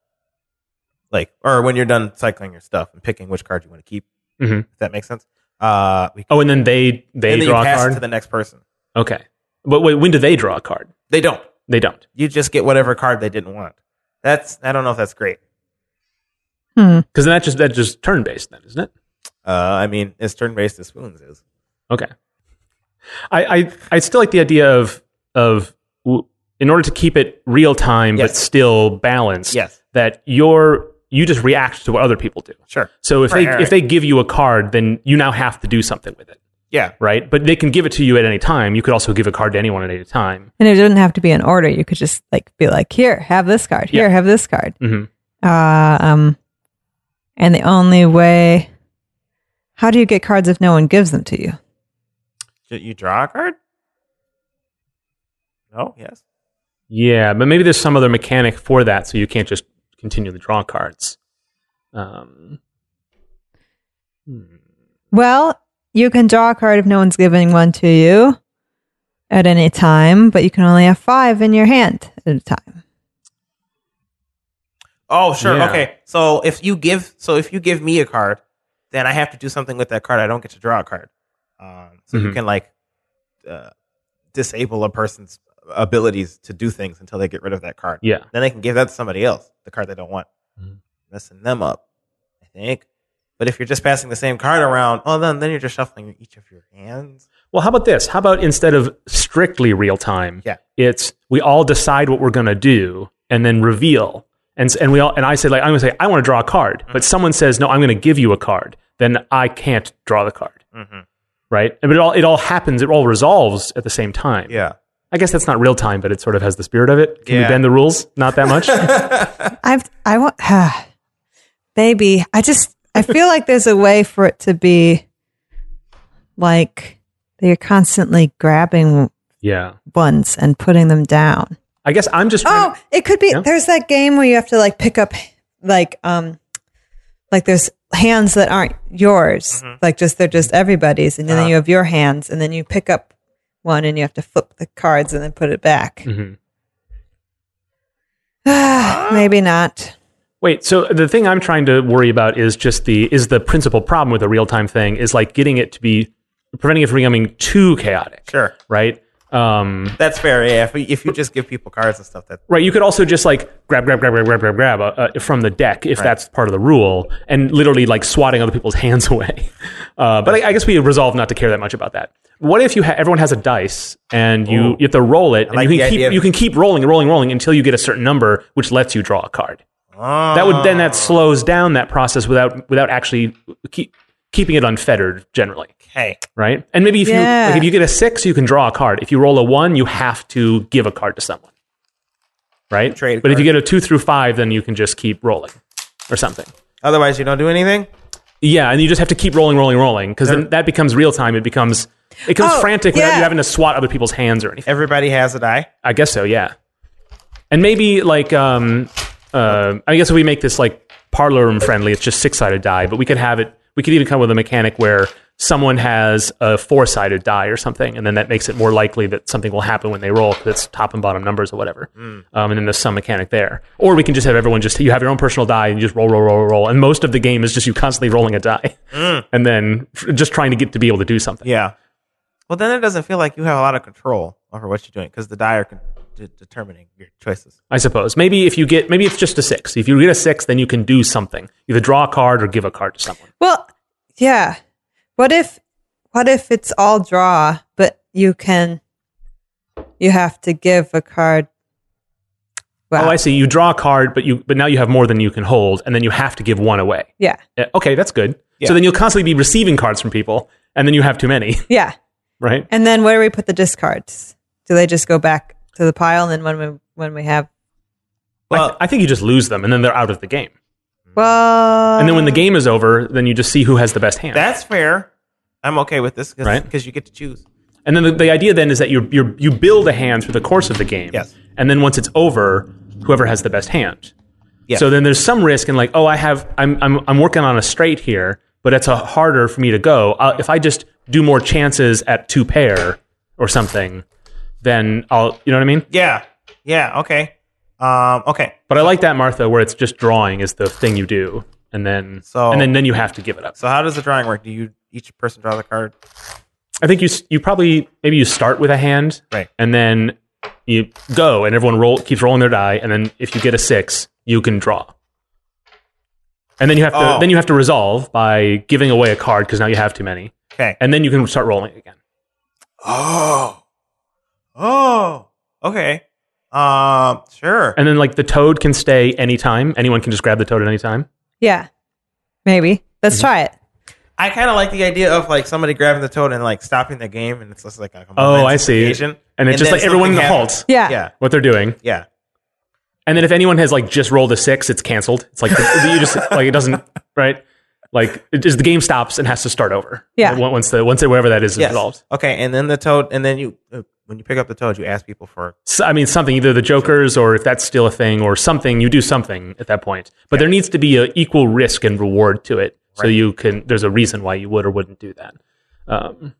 Speaker 3: Like, or when you're done cycling your stuff and picking which card you want to keep.
Speaker 1: Mhm.
Speaker 3: If that makes sense. Uh, we,
Speaker 1: Oh, and then they they
Speaker 3: and then you
Speaker 1: draw a
Speaker 3: pass it
Speaker 1: card.
Speaker 3: to the next person.
Speaker 1: okay, but wait, when do they draw a card?
Speaker 3: They don't.
Speaker 1: They don't.
Speaker 3: You just get whatever card they didn't want. That's I don't know if that's great.
Speaker 2: Hmm.
Speaker 1: Because that just that just turn based then, isn't it?
Speaker 3: Uh, I mean, as turn based as spoons is.
Speaker 1: Okay. I, I I still like the idea of of w- in order to keep it real time but
Speaker 3: Yes.
Speaker 1: still balanced.
Speaker 3: Yes.
Speaker 1: That your you just react to what other people do.
Speaker 3: Sure.
Speaker 1: So if
Speaker 3: Right,
Speaker 1: they
Speaker 3: right,
Speaker 1: if they give you a card, then you now have to do something with it,
Speaker 3: Yeah.
Speaker 1: right? But they can give it to you at any time. You could also give a card to anyone at any time.
Speaker 2: And it didn't have to be in order. You could just like be like, here, have this card. Here,
Speaker 1: Yeah.
Speaker 2: have this card.
Speaker 1: hmm
Speaker 2: Uh, um, and the only way, how do you get cards if no one gives them to you?
Speaker 3: You- You draw a card. No. Yes.
Speaker 1: Yeah, but maybe there's some other mechanic for that, so you can't just continually draw cards. Um,
Speaker 2: Well, you can draw a card if no one's giving one to you at any time, but you can only have five in your hand at a time.
Speaker 3: Oh, sure.
Speaker 1: Yeah.
Speaker 3: Okay. So if you give, so if you give me a card, then I have to do something with that card. I don't get to draw a card. Um, so you
Speaker 1: Mhm.
Speaker 3: can like uh, disable a person's abilities to do things until they get rid of that card.
Speaker 1: yeah.
Speaker 3: Then they can give that to somebody else, the card they don't want,
Speaker 1: Mhm.
Speaker 3: messing them up. I think. But if you're just passing the same card around, oh, then then you're just shuffling each of your hands.
Speaker 1: Well, how about this? How about instead of strictly real time,
Speaker 3: Yeah.
Speaker 1: it's we all decide what we're gonna do and then reveal. And s- and we all and I say like I'm gonna say I want to draw a card,
Speaker 3: Mm-hmm.
Speaker 1: but someone says no, I'm gonna give you a card. Then I can't draw the card,
Speaker 3: Mm-hmm.
Speaker 1: right? And but it all it all happens, it all resolves at the same time.
Speaker 3: Yeah.
Speaker 1: I guess that's not real time, but it sort of has the spirit of it. Can we
Speaker 3: Yeah.
Speaker 1: bend the
Speaker 3: (laughs)
Speaker 1: rules? Not that much.
Speaker 2: I've, I want, (sighs) baby, I just, (laughs) I feel like there's a way for it to be like they're constantly grabbing
Speaker 1: Yeah.
Speaker 2: ones and putting them down.
Speaker 1: I guess I'm just
Speaker 3: Ah!
Speaker 1: trying
Speaker 2: Oh, it could be.
Speaker 1: Yeah.
Speaker 2: There's that game where you have to like pick up, like, um, like there's hands that aren't yours, like just they're just everybody's, and then you have your hands, and then you pick up one and you have to flip the cards and then put it back.
Speaker 1: Mhm.
Speaker 2: (sighs) Maybe not.
Speaker 1: Wait, so the thing I'm trying to worry about is just the is the principal problem with a real time thing is like getting it to be preventing it from becoming too chaotic,
Speaker 3: Sure.
Speaker 1: right? Um,
Speaker 3: That's fair. Yeah. If, if you just give people cards and stuff, that
Speaker 1: right. You could also just like grab, grab, grab, grab, grab, grab, grab uh, uh, from the deck if that's part of the rule, and literally like swatting other people's (laughs) hands away. Uh, but I, I guess we resolved not to care that much about that. What if you ha- everyone has a dice and you, you have to roll it, and
Speaker 3: like
Speaker 1: you
Speaker 3: the
Speaker 1: can
Speaker 3: idea
Speaker 1: keep
Speaker 3: of-
Speaker 1: you can keep rolling, rolling, rolling until you get a certain number, which lets you draw a card. that would then
Speaker 3: Oh.
Speaker 1: that slows down that process without without actually keep, keeping it unfettered generally
Speaker 3: hey,
Speaker 1: right and maybe if
Speaker 2: Yeah.
Speaker 1: you like if you get a six you can draw a card if you roll a one you have to give a card to someone right
Speaker 3: Trade
Speaker 1: but if you get
Speaker 3: card.
Speaker 1: a two through five then you can just keep rolling or something
Speaker 3: otherwise you don't do anything.
Speaker 1: yeah and you just have to keep rolling rolling rolling because then that becomes real time it becomes it becomes
Speaker 2: Oh,
Speaker 1: frantic without
Speaker 2: yeah.
Speaker 1: you having to swat other people's hands or anything
Speaker 3: Everybody has a die.
Speaker 1: I guess so, yeah. And maybe like um uh I guess if we make this like parlor room friendly, it's just six sided die, but we could have it we could even come with a mechanic where someone has a four sided die or something, and then that makes it more likely that something will happen when they roll because it's top and bottom numbers or whatever. Um, and then there's some mechanic there. Or we can just have everyone just you have your own personal die and you just roll, roll, roll, roll, roll. And most of the game is just you constantly rolling a die and then f- just trying to get to be able to do something.
Speaker 3: Yeah. Well, then it doesn't feel like you have a lot of control over what you're doing because the die are con- de- determining your choices.
Speaker 1: I suppose. Maybe if you get, maybe it's just a six. If you get a six, then you can do something. Either draw a card or give a card to someone.
Speaker 2: Well, yeah. What if what if it's all draw, but you can you have to give a card? Wow.
Speaker 1: Oh, I see. You draw a card, but you, but now you have more than you can hold, and then you have to give one away.
Speaker 2: yeah.
Speaker 1: Eh, Okay, that's good.
Speaker 3: Yeah.
Speaker 1: So then you'll constantly be receiving cards from people, and then you have too many, (laughs)
Speaker 2: Yeah.
Speaker 1: right?
Speaker 2: And then where do we put the discards? Do they just go back to the pile? And then when we when we have
Speaker 1: Well, I,
Speaker 3: Well,
Speaker 1: I think you just lose them, and then they're out of the game.
Speaker 2: well,
Speaker 1: And then when the game is over, then you just see who has the best hand.
Speaker 3: that's fair. I'm okay with this because
Speaker 1: Right.
Speaker 3: you get to choose.
Speaker 1: And then the, the idea then is that you you you build a hand through the course of the game.
Speaker 3: Yes.
Speaker 1: And then once it's over, whoever has the best hand.
Speaker 3: Yes.
Speaker 1: So then there's some risk in like, oh, I have I'm I'm I'm working on a straight here, but it's a harder for me to go. Uh, if I just do more chances at two pair or something, then I'll you know what I mean.
Speaker 3: Yeah. Yeah. Okay. Um, okay.
Speaker 1: But I like that Martha where it's just drawing is the thing you do, and then
Speaker 3: So-
Speaker 1: and then then you have to give it up.
Speaker 3: So how does the drawing work? Do you each person draw the card?
Speaker 1: I think you s- you probably maybe you start with a hand,
Speaker 3: Right.
Speaker 1: And then you go, and everyone roll keeps rolling their die, and then if you get a six, you can draw. And then you have to
Speaker 3: Oh.
Speaker 1: then you have to resolve by giving away a card because now you have too many,
Speaker 3: Okay.
Speaker 1: and then you can start rolling again.
Speaker 3: Oh. Oh. Okay. Um, sure.
Speaker 1: And then like the toad can stay anytime. Anyone can just grab the toad at any time.
Speaker 2: yeah, maybe
Speaker 1: Mm-hmm.
Speaker 2: let's try it.
Speaker 3: I kind of like the idea of like somebody grabbing the toad and like stopping the game, and it's just like a
Speaker 1: Oh, I see.
Speaker 3: momentum
Speaker 1: And it's just
Speaker 3: then
Speaker 1: like everyone
Speaker 3: something
Speaker 1: halts
Speaker 2: Yeah.
Speaker 3: happens. Yeah.
Speaker 1: what they're doing.
Speaker 3: Yeah.
Speaker 1: And then if anyone has like just rolled a six, it's canceled. It's like (laughs) the, you just like it doesn't right. Like it just the game stops and has to start over.
Speaker 2: Yeah.
Speaker 1: Once the once the, whatever that is is
Speaker 3: Yes.
Speaker 1: resolved.
Speaker 3: Okay, and then the toad, and then you uh, when you pick up the toad, you ask people for
Speaker 1: So, I mean, something either the jokers or if that's still a thing or something, you do something at that point. But there needs to be an equal risk and reward to it, so
Speaker 3: Right.
Speaker 1: you can. There's a reason why you would or wouldn't do that. Um,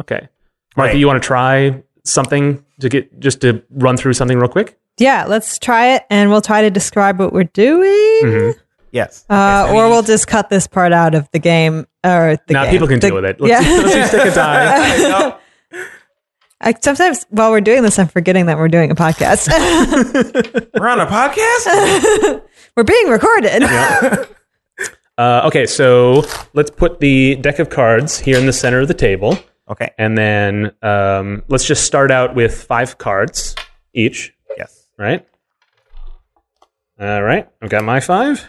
Speaker 1: okay, Martha,
Speaker 3: Right.
Speaker 1: you want to try something to get just to run through something real quick?
Speaker 2: Yeah, let's try it, and we'll try to describe what we're doing,
Speaker 1: Mm-hmm.
Speaker 3: yes,
Speaker 2: uh,
Speaker 3: Okay, so
Speaker 2: or
Speaker 3: you-
Speaker 2: we'll just cut this part out of the game or the
Speaker 1: Now
Speaker 2: game.
Speaker 1: people can
Speaker 2: The-
Speaker 1: deal with it. Let's,
Speaker 2: (laughs) yeah.
Speaker 1: let's just take
Speaker 3: (laughs)
Speaker 1: a die.
Speaker 3: No.
Speaker 2: I, sometimes while we're doing this, I'm forgetting that we're doing a podcast.
Speaker 1: (laughs)
Speaker 2: (laughs)
Speaker 3: we're on a podcast.
Speaker 2: we're being recorded.
Speaker 1: Uh, okay, so let's put the deck of cards here in the center of the table,
Speaker 3: Okay,
Speaker 1: and then um, let's just start out with five cards each.
Speaker 3: yes,
Speaker 1: right? All right, I've got my five.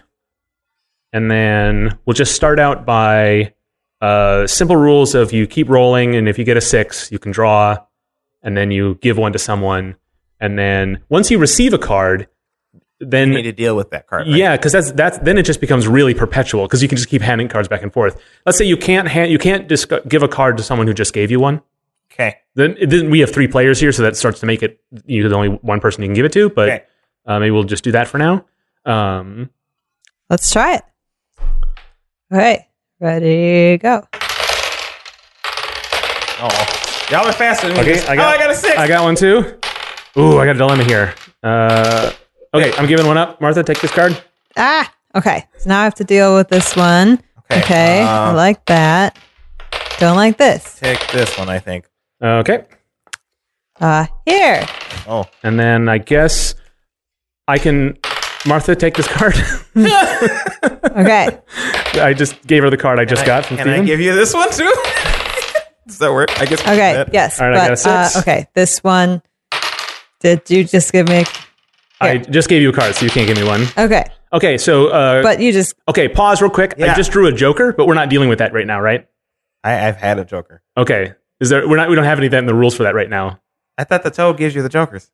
Speaker 1: And then we'll just start out by uh, simple rules of you keep rolling, and if you get a six, you can draw, and then you give one to someone. And then once you receive a card, then
Speaker 3: You need to deal with that card. right?
Speaker 1: yeah, because that's that's then it just becomes really perpetual because you can just keep handing cards back and forth. Let's say you can't hand you can't just give a card to someone who just gave you one.
Speaker 3: Okay.
Speaker 1: Then, then we have three players here, so that starts to make it you there's only one person you can give it to. But
Speaker 3: Okay.
Speaker 1: uh, maybe we'll just do that for now. Um,
Speaker 2: (laughs) Let's try it. All right. Ready, go.
Speaker 3: Oh, y'all are faster than me.
Speaker 1: okay, I got,
Speaker 3: oh, I got a six.
Speaker 1: I got one too. Ooh, I got a dilemma here. Uh, okay, I'm giving one up. Martha, take this card.
Speaker 2: Ah, okay. So now I have to deal with this one.
Speaker 3: Okay,
Speaker 2: Okay.
Speaker 3: uh,
Speaker 2: I like that. Don't like this.
Speaker 3: Take this one, I think.
Speaker 1: Okay,
Speaker 2: Uh, here.
Speaker 3: Oh,
Speaker 1: and then I guess I can. Martha, take this card. (laughs)
Speaker 2: Okay.
Speaker 1: I just gave her the card I just got from
Speaker 3: Can I
Speaker 1: Steven.
Speaker 3: give you this one too? (laughs) Does that work? I guess. we
Speaker 2: Okay.
Speaker 3: did that.
Speaker 2: Yes.
Speaker 1: All right, I got a
Speaker 2: uh,
Speaker 1: six.
Speaker 2: okay. This one. Did you just give me?
Speaker 1: I just gave you a card, so you can't give me one.
Speaker 2: Okay.
Speaker 1: Okay, so uh,
Speaker 2: But you just.
Speaker 1: okay, pause real quick. I
Speaker 3: Yeah.
Speaker 1: just drew a joker, but we're not dealing with that right now, right?
Speaker 3: I, I've had a Joker.
Speaker 1: Okay, is there? We're not. We don't have any of that in the rules for that right now.
Speaker 3: I thought the toad gives you the Jokers.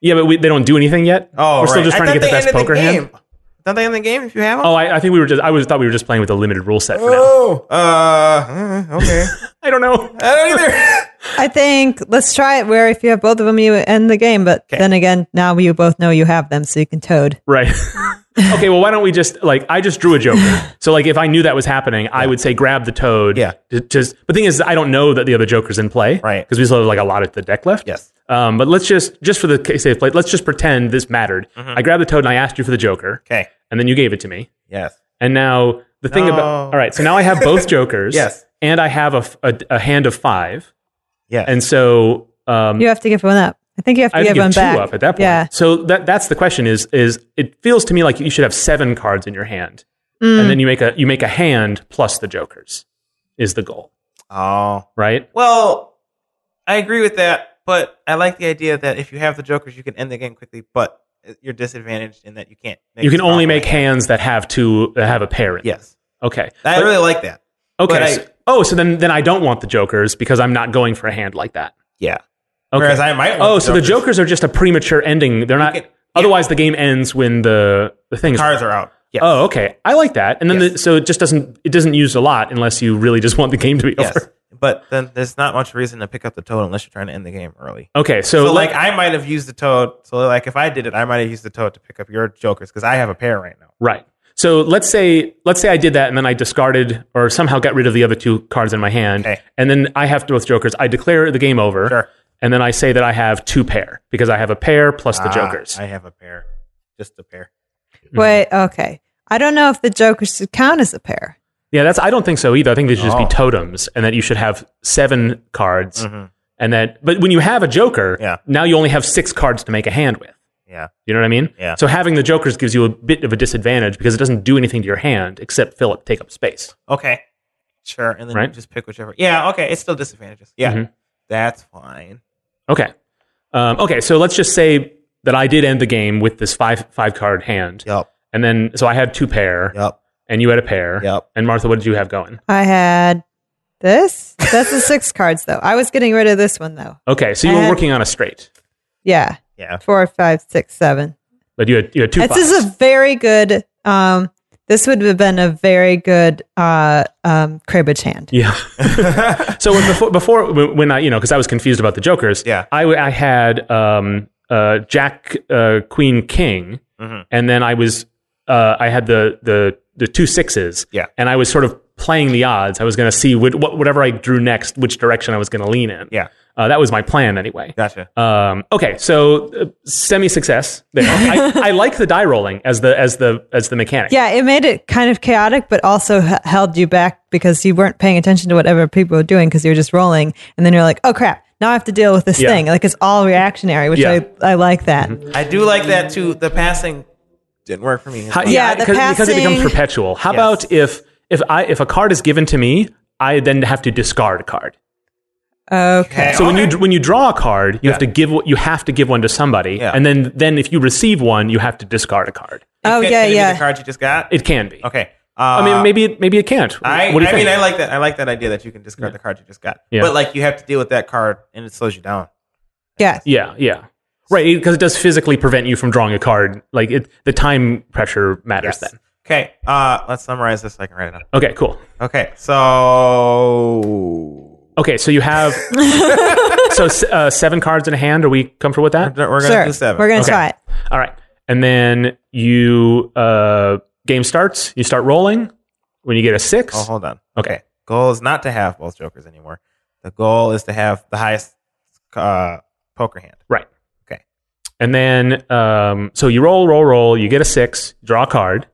Speaker 1: Yeah, but we, they don't do anything yet.
Speaker 3: Oh,
Speaker 1: we're still
Speaker 3: right.
Speaker 1: just
Speaker 3: I
Speaker 1: trying to
Speaker 3: thought
Speaker 1: get the
Speaker 3: they
Speaker 1: best
Speaker 3: ended
Speaker 1: poker hand.
Speaker 3: game. Don't they in the game if you have them?
Speaker 1: Oh, I, I think we were just. I was thought we were just playing with a limited rule set for now.
Speaker 3: Oh, uh, mm, okay.
Speaker 1: (laughs) I don't know.
Speaker 3: I don't either.
Speaker 2: I think let's try it. Where if you have both of them, you end the game. But then again, now you both know you have them, so you can toad.
Speaker 3: (laughs)
Speaker 1: Right. okay. Well, why don't we just like I just drew a joker. so like if I knew that was happening, I would say grab the toad.
Speaker 3: Yeah.
Speaker 1: to- Just but thing is, I don't know that the other joker's in play.
Speaker 3: Right.
Speaker 1: Because we still have like a lot at the deck left.
Speaker 3: (laughs) Yes.
Speaker 1: Um, but let's just just for the case of play, let's just pretend this mattered. I grabbed the toad and I asked you for the joker,
Speaker 3: Mm-hmm. Okay.
Speaker 1: and then you gave it to me.
Speaker 3: Yes.
Speaker 1: And now the thing
Speaker 3: No.
Speaker 1: about all right, so now I have
Speaker 3: (laughs)
Speaker 1: both jokers.
Speaker 3: Yes.
Speaker 1: And I have a, f- a- a hand of five,
Speaker 3: Yes.
Speaker 1: and so um,
Speaker 2: You have to give one up. I think you have to
Speaker 1: I have
Speaker 2: give
Speaker 1: to give
Speaker 2: one
Speaker 1: two
Speaker 2: back.
Speaker 1: up at that point.
Speaker 2: Yeah.
Speaker 1: So that that's the question is is it feels to me like you should have seven cards in your hand,
Speaker 2: Mm,
Speaker 1: and then you make a you make a hand plus the jokers, is the goal,
Speaker 3: oh.
Speaker 1: right?
Speaker 3: Well, I agree with that, but I like the idea that if you have the Jokers, you can end the game quickly, but you're disadvantaged in that you can't. Make
Speaker 1: You can
Speaker 3: strong
Speaker 1: only make
Speaker 3: hand.
Speaker 1: hands that have two that have a pair. In. them.
Speaker 3: Yes.
Speaker 1: Okay.
Speaker 3: I
Speaker 1: But-
Speaker 3: really like that.
Speaker 1: okay.
Speaker 3: but I-
Speaker 1: so- oh, so then then I don't want the jokers because I'm not going for a hand like that.
Speaker 3: Yeah.
Speaker 1: Okay.
Speaker 3: Whereas I might. Want
Speaker 1: oh, so the jokers are just a premature ending. They're not.
Speaker 3: can- yeah.
Speaker 1: Otherwise, the game ends when the the thing is.
Speaker 3: cards are out. Yes.
Speaker 1: Oh, okay. I like that. And then
Speaker 3: Yes.
Speaker 1: the, so it just doesn't it doesn't use a lot unless you really just want the game to be (laughs)
Speaker 3: Yes.
Speaker 1: over.
Speaker 3: But then there's not much reason to pick up the toad unless you're trying to end the game early.
Speaker 1: Okay, so,
Speaker 3: So,
Speaker 1: like,
Speaker 3: like, I might have used the toad. So like if I did it, I might have used the toad to pick up your jokers because I have a pair right now.
Speaker 1: right. So let's say let's say I did that and then I discarded or somehow got rid of the other two cards in my hand,
Speaker 3: Okay.
Speaker 1: and then I have both jokers. I declare the game over,
Speaker 3: Sure.
Speaker 1: and then I say that I have two pair because I have a pair plus the
Speaker 3: Ah,
Speaker 1: jokers.
Speaker 3: I have a pair, just a pair.
Speaker 2: Wait. Okay. I don't know if the jokers should count as a pair.
Speaker 1: yeah, that's I don't think so either. I think they should just
Speaker 3: Oh. Mm-hmm.
Speaker 1: be totems, and that you should have seven cards, and that but when you have a joker,
Speaker 3: Yeah.
Speaker 1: now you only have six cards to make a hand with.
Speaker 3: Yeah.
Speaker 1: You know what I mean?
Speaker 3: Yeah.
Speaker 1: So having the jokers gives you a bit of a disadvantage because it doesn't do anything to your hand except fill up, take up space.
Speaker 3: Okay. Sure. And then
Speaker 1: Right.
Speaker 3: you just pick whichever. Yeah. Okay. It's still disadvantages. Yeah.
Speaker 1: Mhm.
Speaker 3: That's fine.
Speaker 1: Okay. Um, okay. So let's just say that I did end the game with this five five card hand,
Speaker 3: Yep.
Speaker 1: and then so I had two pair,
Speaker 3: Yep.
Speaker 1: and you had a pair,
Speaker 3: Yep.
Speaker 1: and Martha, what did you have going?
Speaker 2: I had this. That's
Speaker 1: (laughs)
Speaker 2: the six cards though. I was getting rid of this one though.
Speaker 1: Okay, so you
Speaker 2: I
Speaker 1: were
Speaker 2: had-
Speaker 1: working on a straight,
Speaker 2: Yeah.
Speaker 3: Yeah.
Speaker 2: Four, five, six, seven.
Speaker 1: but you had you had two.
Speaker 2: This is a
Speaker 1: fives.
Speaker 2: very good. Um, this would have been a very good uh, um, cribbage hand.
Speaker 1: yeah. so when, before before when when I you know because I was confused about the jokers,
Speaker 3: Yeah.
Speaker 1: I w- I had um uh Jack uh Queen King,
Speaker 3: Mhm.
Speaker 1: and then I was uh I had the the the two sixes,
Speaker 3: Yeah.
Speaker 1: and I was sort of playing the odds. I was going to see what, what whatever I drew next, which direction I was going to lean in.
Speaker 3: Yeah.
Speaker 1: Uh, that was my plan anyway.
Speaker 3: Gotcha.
Speaker 1: Um, okay, so uh, semi success. There,
Speaker 2: (laughs)
Speaker 1: I, I like the die rolling as the as the as the mechanic.
Speaker 2: Yeah, it made it kind of chaotic, but also h- held you back because you weren't paying attention to whatever people were doing because you were just rolling, and then you're like, "Oh crap! Now I have to deal with this
Speaker 1: Yeah.
Speaker 2: thing." Like it's all reactionary, which
Speaker 1: Yeah. Mm-hmm.
Speaker 2: I, I like that.
Speaker 3: I do like that too. The passing didn't work for me.
Speaker 1: How-
Speaker 2: Yeah, the
Speaker 1: because, because it becomes
Speaker 2: passing-
Speaker 1: perpetual. How
Speaker 3: Yes.
Speaker 1: about if if I if a card is given to me, I then have to discard a card.
Speaker 2: Okay.
Speaker 1: So when
Speaker 3: Okay.
Speaker 1: you when you draw a card, you have to give you have to give one to somebody,
Speaker 3: Yeah.
Speaker 1: and then then if you receive one, you have to discard a card.
Speaker 2: Oh yeah,
Speaker 3: Can- can you do
Speaker 2: yeah.
Speaker 3: The cards you just got.
Speaker 1: It can be.
Speaker 3: okay. Uh,
Speaker 1: I mean, maybe it, maybe it can't.
Speaker 3: I,
Speaker 1: what do you
Speaker 3: I
Speaker 1: think?
Speaker 3: mean, I like that. I like that idea that you can discard the card you just got.
Speaker 1: Yeah.
Speaker 3: But like, you have to deal with that card, and it slows you down.
Speaker 2: yeah.
Speaker 1: yeah, yeah. Right, because it does physically prevent you from drawing a card. Like it, the time pressure matters
Speaker 3: Yes.
Speaker 1: then.
Speaker 3: Okay, uh, let's summarize this so I can write it down.
Speaker 1: Okay, cool.
Speaker 3: Okay, so
Speaker 1: Okay, so you have so s- uh, seven cards in a hand. Are we comfortable with
Speaker 3: (laughs)
Speaker 1: that?
Speaker 3: we're gonna
Speaker 2: Sure.
Speaker 3: do seven.
Speaker 2: We're going to
Speaker 1: Okay.
Speaker 2: try it.
Speaker 1: All right, and then you uh, game starts. You start rolling. When you get a six,
Speaker 3: oh, hold on.
Speaker 1: Okay.
Speaker 3: goal is not to have both jokers anymore. The goal is to have the highest uh, poker hand.
Speaker 1: and then um, so you roll, roll, roll. You get a six. Draw a card.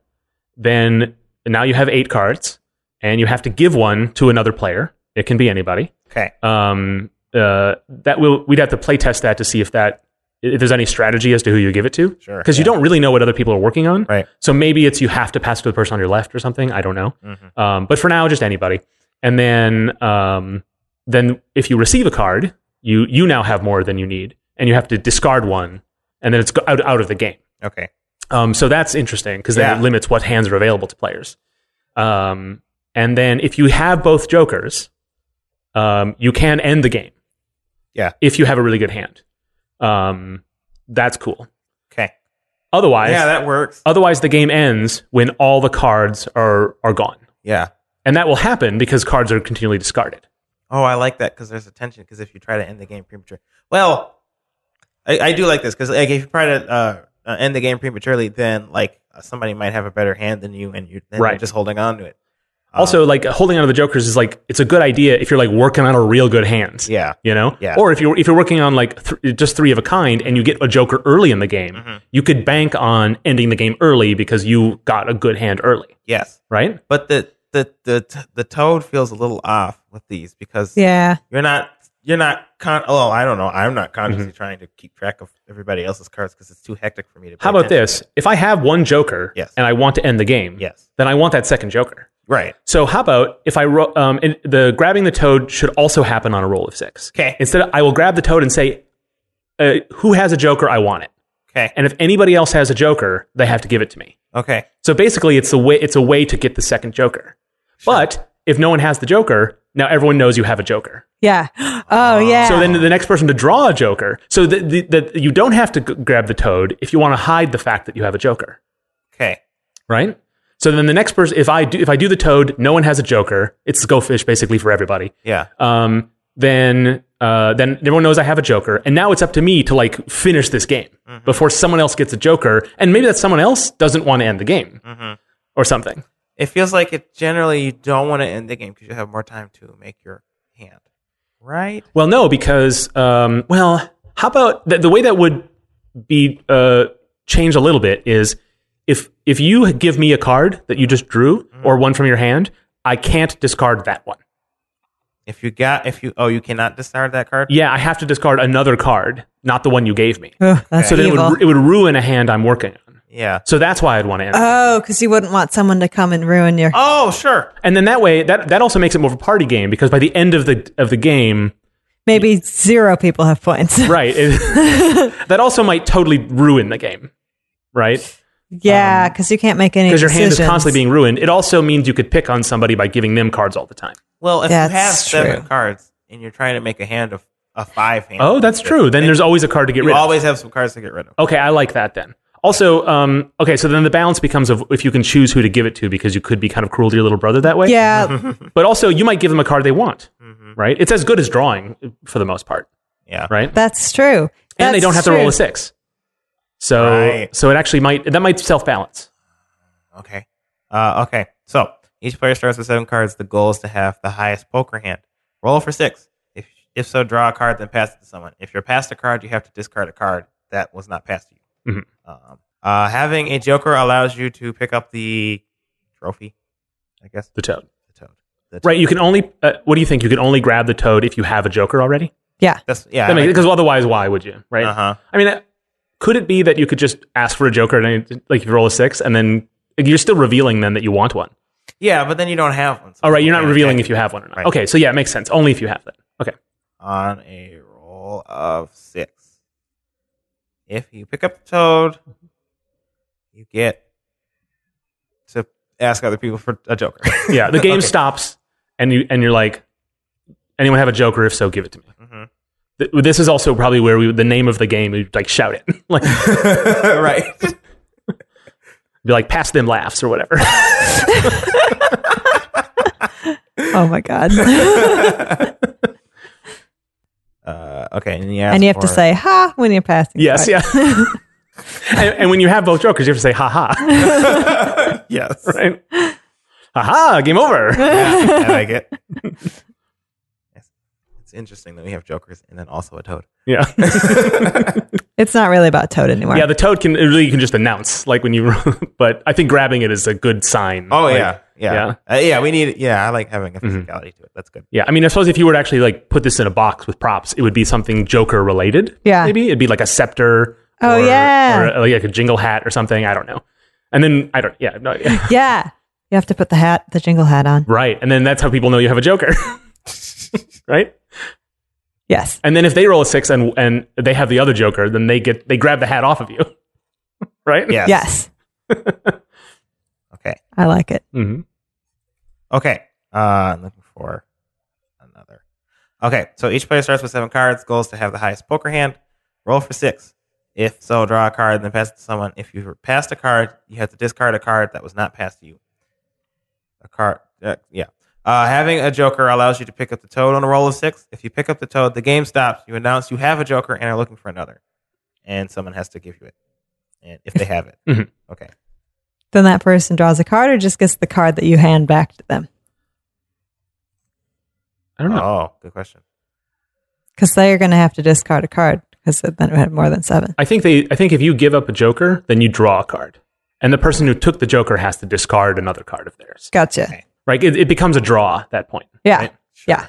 Speaker 1: Then now you have eight cards, and you have to give one to another player. It can be anybody.
Speaker 3: Okay,
Speaker 1: um, uh, that will we'd have to play test that to see if that if there's any strategy as to who you give it to
Speaker 3: sure.
Speaker 1: because you
Speaker 3: Yeah.
Speaker 1: don't really know what other people are working on
Speaker 3: Right.
Speaker 1: so maybe it's you have to pass it to the person on your left or something i don't know
Speaker 3: Mhm.
Speaker 1: um, but for now just anybody and then um, then if you receive a card you you now have more than you need and you have to discard one and then it's go- out, out of the game
Speaker 3: Okay.
Speaker 1: um, so that's interesting because then
Speaker 3: Yeah.
Speaker 1: it limits what hands are available to players. Um, and then if you have both jokers, um, you can end the game.
Speaker 3: Yeah.
Speaker 1: If you have a really good hand, um, that's cool.
Speaker 3: Okay.
Speaker 1: Otherwise,
Speaker 3: yeah, that works.
Speaker 1: otherwise the game ends when all the cards are are gone,
Speaker 3: Yeah.
Speaker 1: and that will happen because cards are continually discarded.
Speaker 3: Oh, I like that because there's a tension. Because if you try to end the game premature, well, I, I do like this because like if you try to uh, uh, end the game prematurely, then like uh, somebody might have a better hand than you, and you're, then you're
Speaker 1: Right.
Speaker 3: just holding on to it. Um,
Speaker 1: Also, like holding onto the jokers is like it's a good idea if you're like working on a real good hand.
Speaker 3: yeah,
Speaker 1: you know
Speaker 3: Yeah.
Speaker 1: or if you're if you're working on like th- just three of a kind and you get a joker early in the game
Speaker 3: Mhm.
Speaker 1: you could bank on ending the game early because you got a good hand early
Speaker 3: yes,
Speaker 1: right
Speaker 3: but the the the the toad feels a little off with these because
Speaker 2: Yeah.
Speaker 3: you're not you're not con oh i don't know i'm not consciously
Speaker 1: Mm-hmm.
Speaker 3: trying to keep track of everybody else's cards because it's too hectic for me to pay
Speaker 1: how about this
Speaker 3: attention.
Speaker 1: if i have one joker
Speaker 3: Yes.
Speaker 1: and i want to end the game
Speaker 3: yes
Speaker 1: then i want that second joker
Speaker 3: right
Speaker 1: so how about if i ro- um and the grabbing the toad should also happen on a roll of six
Speaker 3: okay
Speaker 1: instead i will grab the toad and say uh, who has a joker i want it
Speaker 3: okay
Speaker 1: and if anybody else has a joker they have to give it to me
Speaker 3: okay
Speaker 1: So basically, it's a way it's a way to get the second Joker. But if no one has the Joker, now everyone knows you have a Joker.
Speaker 2: Yeah. (gasps) Oh, yeah.
Speaker 1: Uh, So then the next person to draw a Joker. So that the, that you don't have to g- grab the Toad if you want to hide the fact that you have a Joker,
Speaker 3: okay
Speaker 1: right? So then the next person, if I do if I do the Toad, no one has a Joker. It's go fish basically for everybody.
Speaker 3: yeah
Speaker 1: Um, then uh, then everyone knows I have a Joker, and now it's up to me to like finish this game before someone else gets a Joker, and maybe that someone else doesn't want to end the game or something.
Speaker 3: it feels like it generally you don't want to end the game because you have more time to make your hand right
Speaker 1: Well, no, because um, well, how about the, the way that would be uh, changed a little bit is if if you give me a card that you just drew or one from your hand, I can't discard that one.
Speaker 3: if you got if you oh you cannot discard that card
Speaker 1: Yeah, I have to discard another card, not the one you gave me.
Speaker 2: Ugh, that's
Speaker 1: So then it
Speaker 2: evil.
Speaker 1: would, it would ruin a hand I'm working on.
Speaker 3: yeah
Speaker 1: So that's why I'd want to end. it.
Speaker 2: oh, because you wouldn't want someone to come and ruin your.
Speaker 1: Uh,
Speaker 3: oh sure
Speaker 1: and then that way, that, that also makes it more of a party game because by the end of the of the game,
Speaker 2: Maybe zero people have points.
Speaker 1: right? it- that also might totally ruin the game, right?
Speaker 2: (laughs) yeah, because you can't make any
Speaker 1: because Um, your hand
Speaker 2: decisions.
Speaker 1: is constantly being ruined. It also means you could pick on somebody by giving them cards all the time.
Speaker 3: well if you have
Speaker 2: That's
Speaker 3: seven
Speaker 2: true.
Speaker 3: cards and you're trying to make a hand of a five hand
Speaker 1: Oh, that's true. Then there's always a card to get
Speaker 3: you
Speaker 1: rid of. Oh.
Speaker 3: always have some cards to get rid of
Speaker 1: Okay, I like that then. Also, um, okay, so then the balance becomes of if you can choose who to give it to because you could be kind of cruel to your little brother that way. (laughs)
Speaker 2: Yeah,
Speaker 1: But also, you might give them a card they want, right? It's as good as drawing for the most part,
Speaker 3: yeah
Speaker 1: right?
Speaker 2: that's true.
Speaker 1: and they
Speaker 2: That's
Speaker 1: don't have to roll
Speaker 2: true.
Speaker 1: a six. So,
Speaker 3: Right.
Speaker 1: so it actually might that might self balance.
Speaker 3: Okay. Uh, okay. So each player starts with seven cards. The goal is to have the highest poker hand. Roll for six. If if so, draw a card, then pass it to someone. If you're passed a card, you have to discard a card that was not passed to you.
Speaker 1: Mhm.
Speaker 3: Um, uh, having a joker allows you to pick up the trophy. I guess
Speaker 1: The toad,
Speaker 3: the toad. The
Speaker 1: right?
Speaker 3: toad.
Speaker 1: You can only uh, what do you think? You can only grab the toad if you have a joker already.
Speaker 3: That's yeah.
Speaker 1: Because otherwise, why would you? Right?
Speaker 3: uh huh.
Speaker 1: I mean, uh, could it be that you could just ask for a joker and then, like you roll a six, and then you're still revealing then that you want one?
Speaker 3: Yeah, but then you don't have one. so
Speaker 1: All right, you're not
Speaker 3: okay,
Speaker 1: revealing
Speaker 3: okay.
Speaker 1: if you have one or not.
Speaker 3: Right.
Speaker 1: Okay, so yeah, it makes sense. Only if you have that.
Speaker 3: (laughs)
Speaker 1: Okay,
Speaker 3: on a roll of six. If you pick up the toad, you get to ask other people for a joker. (laughs)
Speaker 1: yeah. The game
Speaker 3: Okay.
Speaker 1: stops, and you and you're like, anyone have a joker? If so, give it to me.
Speaker 3: Mhm.
Speaker 1: th- this is also probably where we the name of the game we would, like shout it (laughs) like
Speaker 3: right.
Speaker 1: be like pass them laughs or whatever. (laughs)
Speaker 2: Oh
Speaker 1: (laughs)
Speaker 2: my god!
Speaker 3: Uh, okay, and you, ask
Speaker 2: and you have to
Speaker 3: for-
Speaker 2: say "ha" when you're passing.
Speaker 1: yes,
Speaker 2: cards.
Speaker 1: yeah. (laughs) and, and when you have both jokers, you have to say ha ha,
Speaker 3: (laughs) yes.
Speaker 1: (laughs) right? Ha ha, game
Speaker 3: (laughs)
Speaker 1: over.
Speaker 3: Yeah, I like it. yes. It's interesting that we have jokers and then also a toad.
Speaker 1: Yeah,
Speaker 2: It's not really about Toad anymore.
Speaker 1: yeah. The toad can it really you can just announce like when you, (laughs) but I think grabbing it is a good sign.
Speaker 3: Oh
Speaker 1: Like,
Speaker 3: yeah, yeah, yeah. Mm-hmm. Uh, yeah we need. Yeah, I like having a physicality to it. That's good.
Speaker 1: Yeah, I mean, I suppose if you were to actually like put this in a box with props, it would be something Joker related.
Speaker 2: Yeah.
Speaker 1: maybe it'd be like a scepter.
Speaker 2: Oh,
Speaker 1: or,
Speaker 2: yeah.
Speaker 1: or uh, like a jingle hat or something. I don't know. And then I don't. Yeah, no, yeah. (laughs)
Speaker 2: Yeah. You have to put the hat, the jingle hat on.
Speaker 1: right. And then that's how people know you have a Joker, (laughs) right?
Speaker 2: Yes.
Speaker 1: And then if they roll a six and and they have the other Joker, then they get they grab the hat off of you, (laughs) right?
Speaker 3: Yes.
Speaker 2: Yes.
Speaker 3: Okay.
Speaker 2: I like it.
Speaker 1: hmm
Speaker 3: Okay. Uh, I'm looking for another. Okay. So each player starts with seven cards. Goal is to have the highest poker hand. Roll for six. If so, draw a card and then pass it to someone. If you passed a card, you have to discard a card that was not passed to you. A card. Uh, yeah. Uh, having a joker allows you to pick up the toad on a roll of six. If you pick up the toad, the game stops. You announce you have a joker and are looking for another, and someone has to give you it. And if they
Speaker 1: (laughs)
Speaker 3: have it,
Speaker 1: Mhm.
Speaker 3: okay.
Speaker 2: Then that person draws a card or just gets the card that you hand back to them
Speaker 1: I don't know.
Speaker 3: Oh, good question.
Speaker 2: because they're going to have to discard a card because then it had more than seven.
Speaker 1: I think they. I think if you give up a Joker, then you draw a card, and the person who took the Joker has to discard another card of theirs.
Speaker 2: Gotcha.
Speaker 1: Right? It, it becomes a draw at that point.
Speaker 2: Yeah.
Speaker 3: Right?
Speaker 2: Yeah.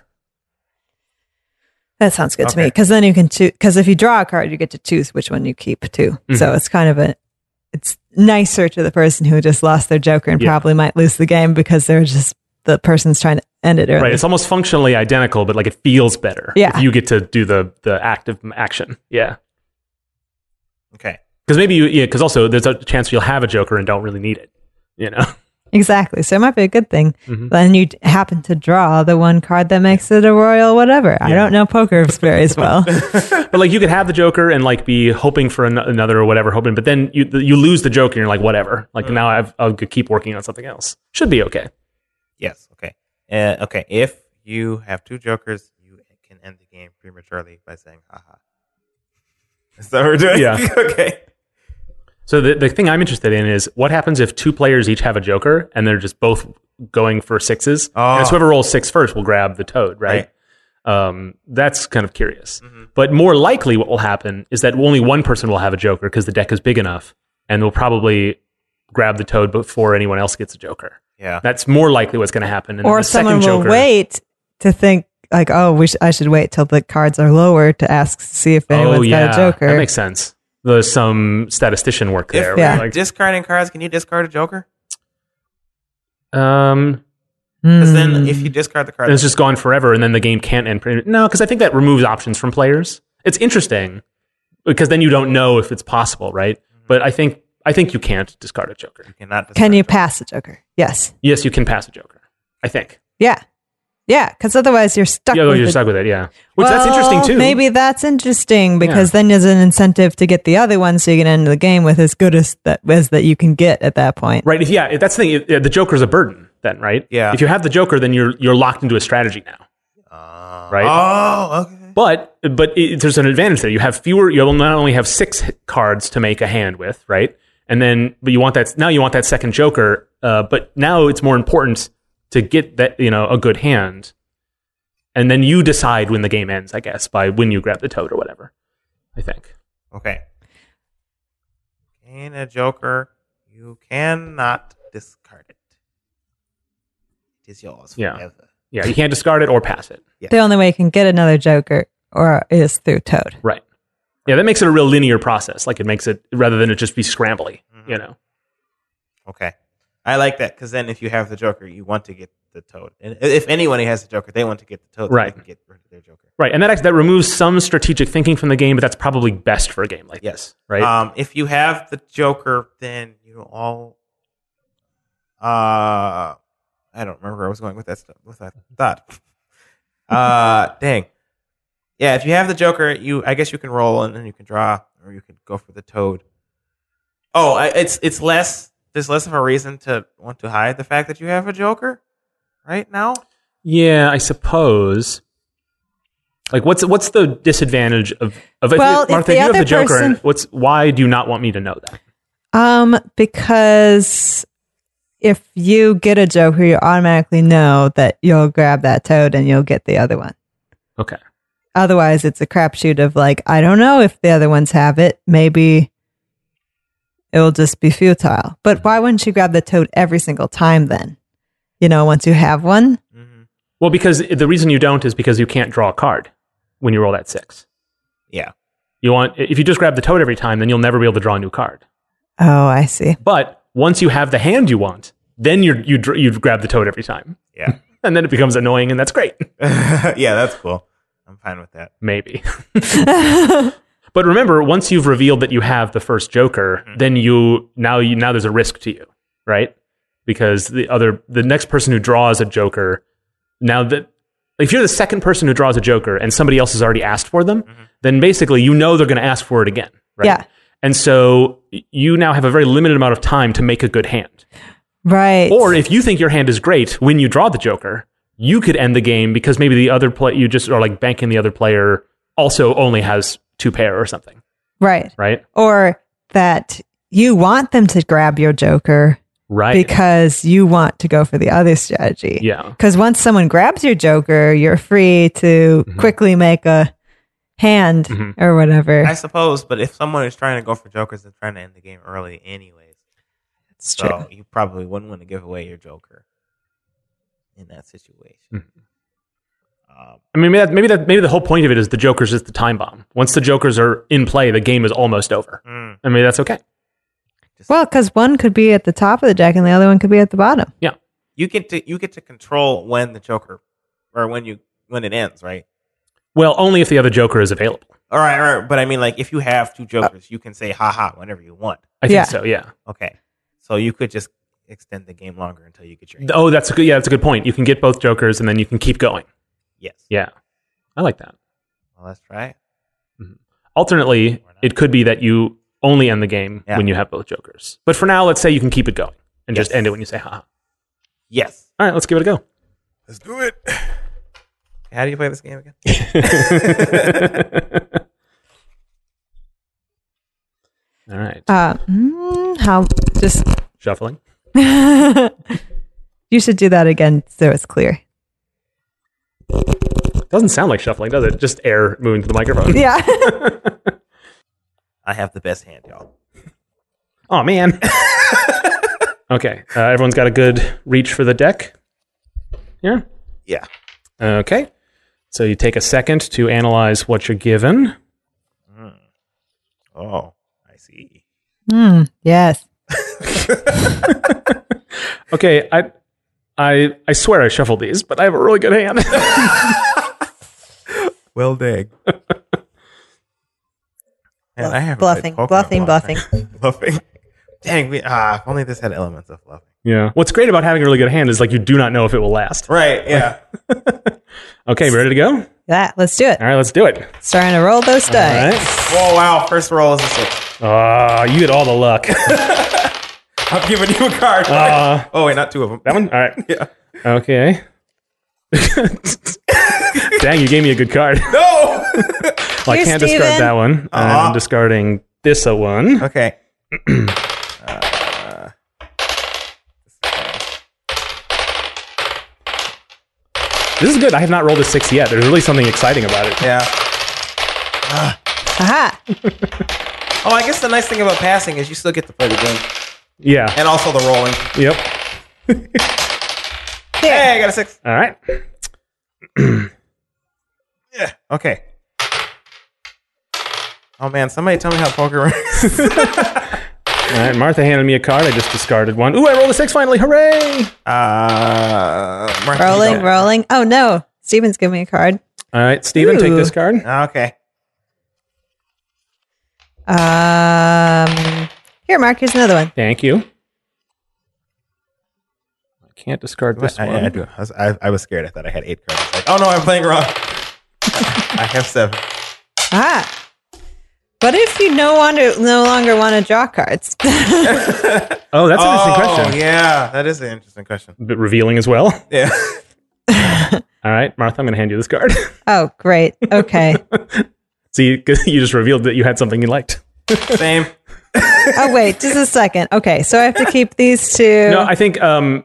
Speaker 2: That sounds good to me
Speaker 3: Okay.
Speaker 2: because then you can choose. Because if you draw a card, you get to choose which one you keep too.
Speaker 1: Mm-hmm.
Speaker 2: So it's kind of a, it's nicer to the person who just lost their joker and
Speaker 1: Yeah.
Speaker 2: probably might lose the game because they're just the person's trying to end it early.
Speaker 1: Right. It's almost functionally identical, but like it feels better.
Speaker 2: Yeah.
Speaker 1: If you get to do the the active action. Yeah.
Speaker 3: Okay.
Speaker 1: Because maybe you. Yeah. Because also there's a chance you'll have a Joker and don't really need it. You know. (laughs)
Speaker 2: Exactly. So it might be a good thing.
Speaker 1: Mhm.
Speaker 2: Then you d- happen to draw the one card that makes it a royal whatever. I
Speaker 1: Yeah.
Speaker 2: don't know poker (laughs) very
Speaker 1: (laughs)
Speaker 2: well.
Speaker 1: but like you could have the Joker and like be hoping for an- another or whatever, hoping. But then you you lose the Joker and you're like whatever. Like now I've, I'll keep working on something else. Should be okay.
Speaker 3: Yes. Okay. Uh, okay. If you have two jokers, you can end the game prematurely by saying "haha." Is that what we're doing?
Speaker 1: Yeah.
Speaker 3: (laughs) okay.
Speaker 1: So the the thing I'm interested in is what happens if two players each have a Joker and they're just both going for sixes.
Speaker 3: Oh.
Speaker 1: And it's whoever rolls six first will grab the toad, right? Um, that's kind of curious. But more likely, what will happen is that only one person will have a Joker because the deck is big enough, and they'll probably grab the toad before anyone else gets a Joker.
Speaker 3: Yeah.
Speaker 1: That's more likely what's going to happen. And then
Speaker 2: or
Speaker 1: the
Speaker 2: someone
Speaker 1: second
Speaker 2: will
Speaker 1: Joker,
Speaker 2: wait to think like, oh, we sh- I should wait till the cards are lower to ask to see if anyone's
Speaker 1: oh yeah,
Speaker 2: got a joker.
Speaker 1: that makes sense. There's some statistician work
Speaker 3: If
Speaker 1: there.
Speaker 2: Yeah.
Speaker 1: right?
Speaker 3: discarding cards, can you discard a joker?
Speaker 1: Like, um,
Speaker 3: Because
Speaker 2: Hmm.
Speaker 3: then, if you discard the card,
Speaker 1: and it's just gone forever, and then the game can't end. pre- No, because I think that removes options from players. It's interesting because then you don't know if it's possible, right?
Speaker 3: Mm-hmm.
Speaker 1: But I think I think you can't discard a Joker.
Speaker 3: you cannot. Discard
Speaker 2: can
Speaker 3: a
Speaker 2: you
Speaker 3: Joker.
Speaker 2: pass a joker? Yes.
Speaker 1: Yes, you can pass a Joker. I think.
Speaker 2: Yeah. Yeah. Because otherwise you're stuck.
Speaker 1: Yeah, oh,
Speaker 2: with
Speaker 1: you're
Speaker 2: the-
Speaker 1: stuck with it. Yeah, which that's interesting
Speaker 2: Well,
Speaker 1: too.
Speaker 2: Maybe that's interesting because then there's an incentive to get the other one, so you can end the game with as good as that as that you can get at that point.
Speaker 1: right? If, yeah, if that's the thing. If, uh, the Joker's a burden, then right?
Speaker 3: Yeah.
Speaker 1: If you have the Joker, then you're you're locked into a strategy now.
Speaker 3: Uh,
Speaker 1: Right.
Speaker 3: Oh, okay.
Speaker 1: But but it, there's an advantage there. You have fewer. You'll not only have six h- cards to make a hand with, right? And then but you want that now. You want that second Joker. Uh, but now it's more important to get that you know a good hand, and then you decide when the game ends. I guess by when you grab the toad or whatever. I think.
Speaker 3: Okay. Can a joker? You cannot discard it. It is yours
Speaker 1: Yeah.
Speaker 3: forever.
Speaker 1: Yeah, you can't discard it or pass it.
Speaker 2: The only way you can get another joker or is through Toad.
Speaker 1: Right. Yeah, that makes it a real linear process. Like it makes it rather than it just be scrambly. You know.
Speaker 3: Okay. I like that because then if you have the Joker, you want to get the Toad. And if anyone who has the Joker, they want to get the Toad. so
Speaker 1: Right.
Speaker 3: They can get rid of their Joker.
Speaker 1: Right, and that act- that removes some strategic thinking from the game, but that's probably best for a game like
Speaker 3: Yes.
Speaker 1: this. Right.
Speaker 3: Um, if you have the Joker, then you all. Uh, (laughs) I don't remember where I was going with that stuff, with that thought. Uh, dang. Yeah, if you have the Joker, you I guess you can roll and then you can draw, or you can go for the Toad. Oh, I, it's it's less. There's less of a reason to want to hide the fact that you have a Joker, right now.
Speaker 1: Yeah, I suppose. Like, what's what's the disadvantage of of if
Speaker 2: Well,
Speaker 1: you-
Speaker 2: if
Speaker 1: Martha?
Speaker 2: the
Speaker 1: you have
Speaker 2: other
Speaker 1: the Joker. and
Speaker 2: person-
Speaker 1: what's why do you not want me to know that?
Speaker 2: Um, because if you get a Joker, you automatically know that you'll grab that toad and you'll get the other one.
Speaker 1: Okay.
Speaker 2: Otherwise, it's a crapshoot of like, I don't know if the other ones have it. Maybe it'll just be futile. But why wouldn't you grab the toad every single time then? You know, once you have one?
Speaker 3: Mm-hmm.
Speaker 1: Well, because the reason you don't is because you can't draw a card when you roll that six.
Speaker 3: Yeah.
Speaker 1: You want if you just grab the toad every time, then you'll never be able to draw a new card.
Speaker 2: Oh, I see.
Speaker 1: But once you have the hand you want, then you you dr- you grab the toad every time,
Speaker 3: Yeah. (laughs)
Speaker 1: and then it becomes annoying, and that's great.
Speaker 3: yeah, that's cool. I'm fine with that.
Speaker 1: Maybe. (laughs) but remember, once you've revealed that you have the first Joker, then you now you now there's a risk to you, right? Because the other the next person who draws a Joker, now that if you're the second person who draws a Joker and somebody else has already asked for them, then basically you know they're going to ask for it again, right?
Speaker 2: Yeah.
Speaker 1: And so y- you now have a very limited amount of time to make a good hand.
Speaker 2: Right.
Speaker 1: Or if you think your hand is great when you draw the Joker, you could end the game because maybe the other play you just are like banking the other player also only has two pair or something,
Speaker 2: right.
Speaker 1: right?
Speaker 2: Or that you want them to grab your Joker
Speaker 1: Right.
Speaker 2: because you want to go for the other strategy.
Speaker 1: yeah.
Speaker 2: Because once someone grabs your Joker, you're free to
Speaker 1: Mm-hmm.
Speaker 2: quickly make a hand
Speaker 1: Mhm.
Speaker 2: or whatever.
Speaker 3: I suppose, but if someone is trying to go for jokers, they're trying to end the game early, anyways.
Speaker 2: It's
Speaker 3: so
Speaker 1: Oh.
Speaker 2: true.
Speaker 3: you probably wouldn't want to give away your joker in that situation. Um,
Speaker 1: I mean, maybe that, maybe that maybe the whole point of it is the Joker's is the time bomb. Once the Jokers are in play, the game is almost over.
Speaker 3: mm,
Speaker 1: I mean, that's okay.
Speaker 2: Well, because one could be at the top of the deck and the other one could be at the bottom.
Speaker 3: you get to you get to control when the joker or when you when it ends, right?
Speaker 1: Well, only if the other Joker is available.
Speaker 3: All right, all right. But I mean, like if you have two jokers, you can say "ha ha" whenever you want.
Speaker 1: I think
Speaker 2: Yeah.
Speaker 1: so. Yeah.
Speaker 3: Okay, so you could just extend the game longer until you get your
Speaker 1: Oh, that's a good. Yeah, that's a good point. You can get both Jokers and then you can keep going.
Speaker 3: yes.
Speaker 1: Yeah, I like that.
Speaker 3: Well, let's try it.
Speaker 1: Alternately, it could be that you only end the game
Speaker 3: Yeah.
Speaker 1: when you have both jokers. But for now, let's say you can keep it going and just
Speaker 3: Yes.
Speaker 1: end it when you say ha.
Speaker 3: Yes.
Speaker 1: All right, let's give it a go.
Speaker 3: Let's do it. How do you play this game again?
Speaker 1: All right,
Speaker 2: Uh, mm, how just (laughs)
Speaker 1: shuffling.
Speaker 2: you should do that again so it's clear.
Speaker 1: Doesn't sound like shuffling, does it? Just air moving to the microphone.
Speaker 2: Yeah. (laughs)
Speaker 3: I have the best hand, y'all.
Speaker 1: Oh (laughs) man. okay, uh, everyone's got a good reach for the deck. Yeah.
Speaker 3: Yeah.
Speaker 1: Okay. So you take a second to analyze what you're given.
Speaker 3: Oh, I see.
Speaker 2: Hmm. yes.
Speaker 1: Okay, I, I, I swear I shuffled these, but I have a really good hand.
Speaker 3: Well, (laughs) dig. Man, I haven't
Speaker 2: bluffing,
Speaker 3: played poker in
Speaker 2: bluffing,
Speaker 3: a long
Speaker 2: bluffing.
Speaker 3: time. (laughs) bluffing. Dang, we ah, if only this had elements of bluffing.
Speaker 1: (laughs) Yeah. What's great about having a really good hand is like you do not know if it will last.
Speaker 3: Right? Yeah. (laughs)
Speaker 1: Okay, we ready to go? All
Speaker 2: Yeah, let's do it.
Speaker 1: right, let's do it.
Speaker 2: Starting to roll those
Speaker 1: All
Speaker 2: dice.
Speaker 1: right.
Speaker 3: Whoa! Oh, Wow! First roll is a six.
Speaker 1: Ah, you had all the
Speaker 2: (laughs)
Speaker 1: luck.
Speaker 3: I'm giving you a (laughs) card.
Speaker 1: Uh,
Speaker 3: oh wait, not two of them. (laughs)
Speaker 1: that one? All right. Yeah. Okay. (laughs) Dang, you gave me a good
Speaker 2: (laughs)
Speaker 1: card.
Speaker 3: No. (laughs)
Speaker 1: Well, I
Speaker 2: Here,
Speaker 1: can't
Speaker 2: Steven. Ah.
Speaker 1: discard that one. Uh,
Speaker 3: Aw.
Speaker 1: I'm discarding this a one.
Speaker 3: okay.
Speaker 1: This is good. I have not rolled a six yet. There's really something exciting about it.
Speaker 3: Yeah.
Speaker 2: Aha.
Speaker 3: Oh, I guess the nice thing about passing is you still get to play the game
Speaker 1: Yeah.
Speaker 3: and also the rolling.
Speaker 1: Yep.
Speaker 3: Hey, I got a six.
Speaker 1: All right.
Speaker 3: Yeah. Okay. Oh man, somebody tell me how poker works. (laughs)
Speaker 1: All right. Martha handed me a card. I just discarded one. Ooh, I rolled a six finally. Hooray!
Speaker 3: Uh, Martha, you
Speaker 2: Rolling,
Speaker 3: go.
Speaker 2: rolling. Oh no. Steven's giving me a card.
Speaker 1: All right, Steven, take
Speaker 2: Ooh.
Speaker 1: this card.
Speaker 3: Ah, Okay.
Speaker 2: Um here, Mark, here's another one.
Speaker 1: Thank you. I can't discard this
Speaker 3: I,
Speaker 1: one. (laughs)
Speaker 3: I, I do. I was, I, I was scared. I thought I had eight cards. I was like, oh no, I'm playing wrong. I have seven.
Speaker 2: Ah. What if you no wonder no longer want to draw cards? (laughs)
Speaker 1: Oh, that's an interesting
Speaker 3: Oh,
Speaker 1: question.
Speaker 3: Yeah, that is an interesting question.
Speaker 1: A bit revealing as well.
Speaker 3: Yeah. (laughs)
Speaker 1: All right, Martha, I'm going to hand you this card. (laughs)
Speaker 2: oh, great. Okay.
Speaker 1: See, 'cause you (laughs) just revealed that you had something you liked.
Speaker 3: Same.
Speaker 2: Oh, wait, just a second. Okay, so I have to keep these two.
Speaker 1: No, I think. Um,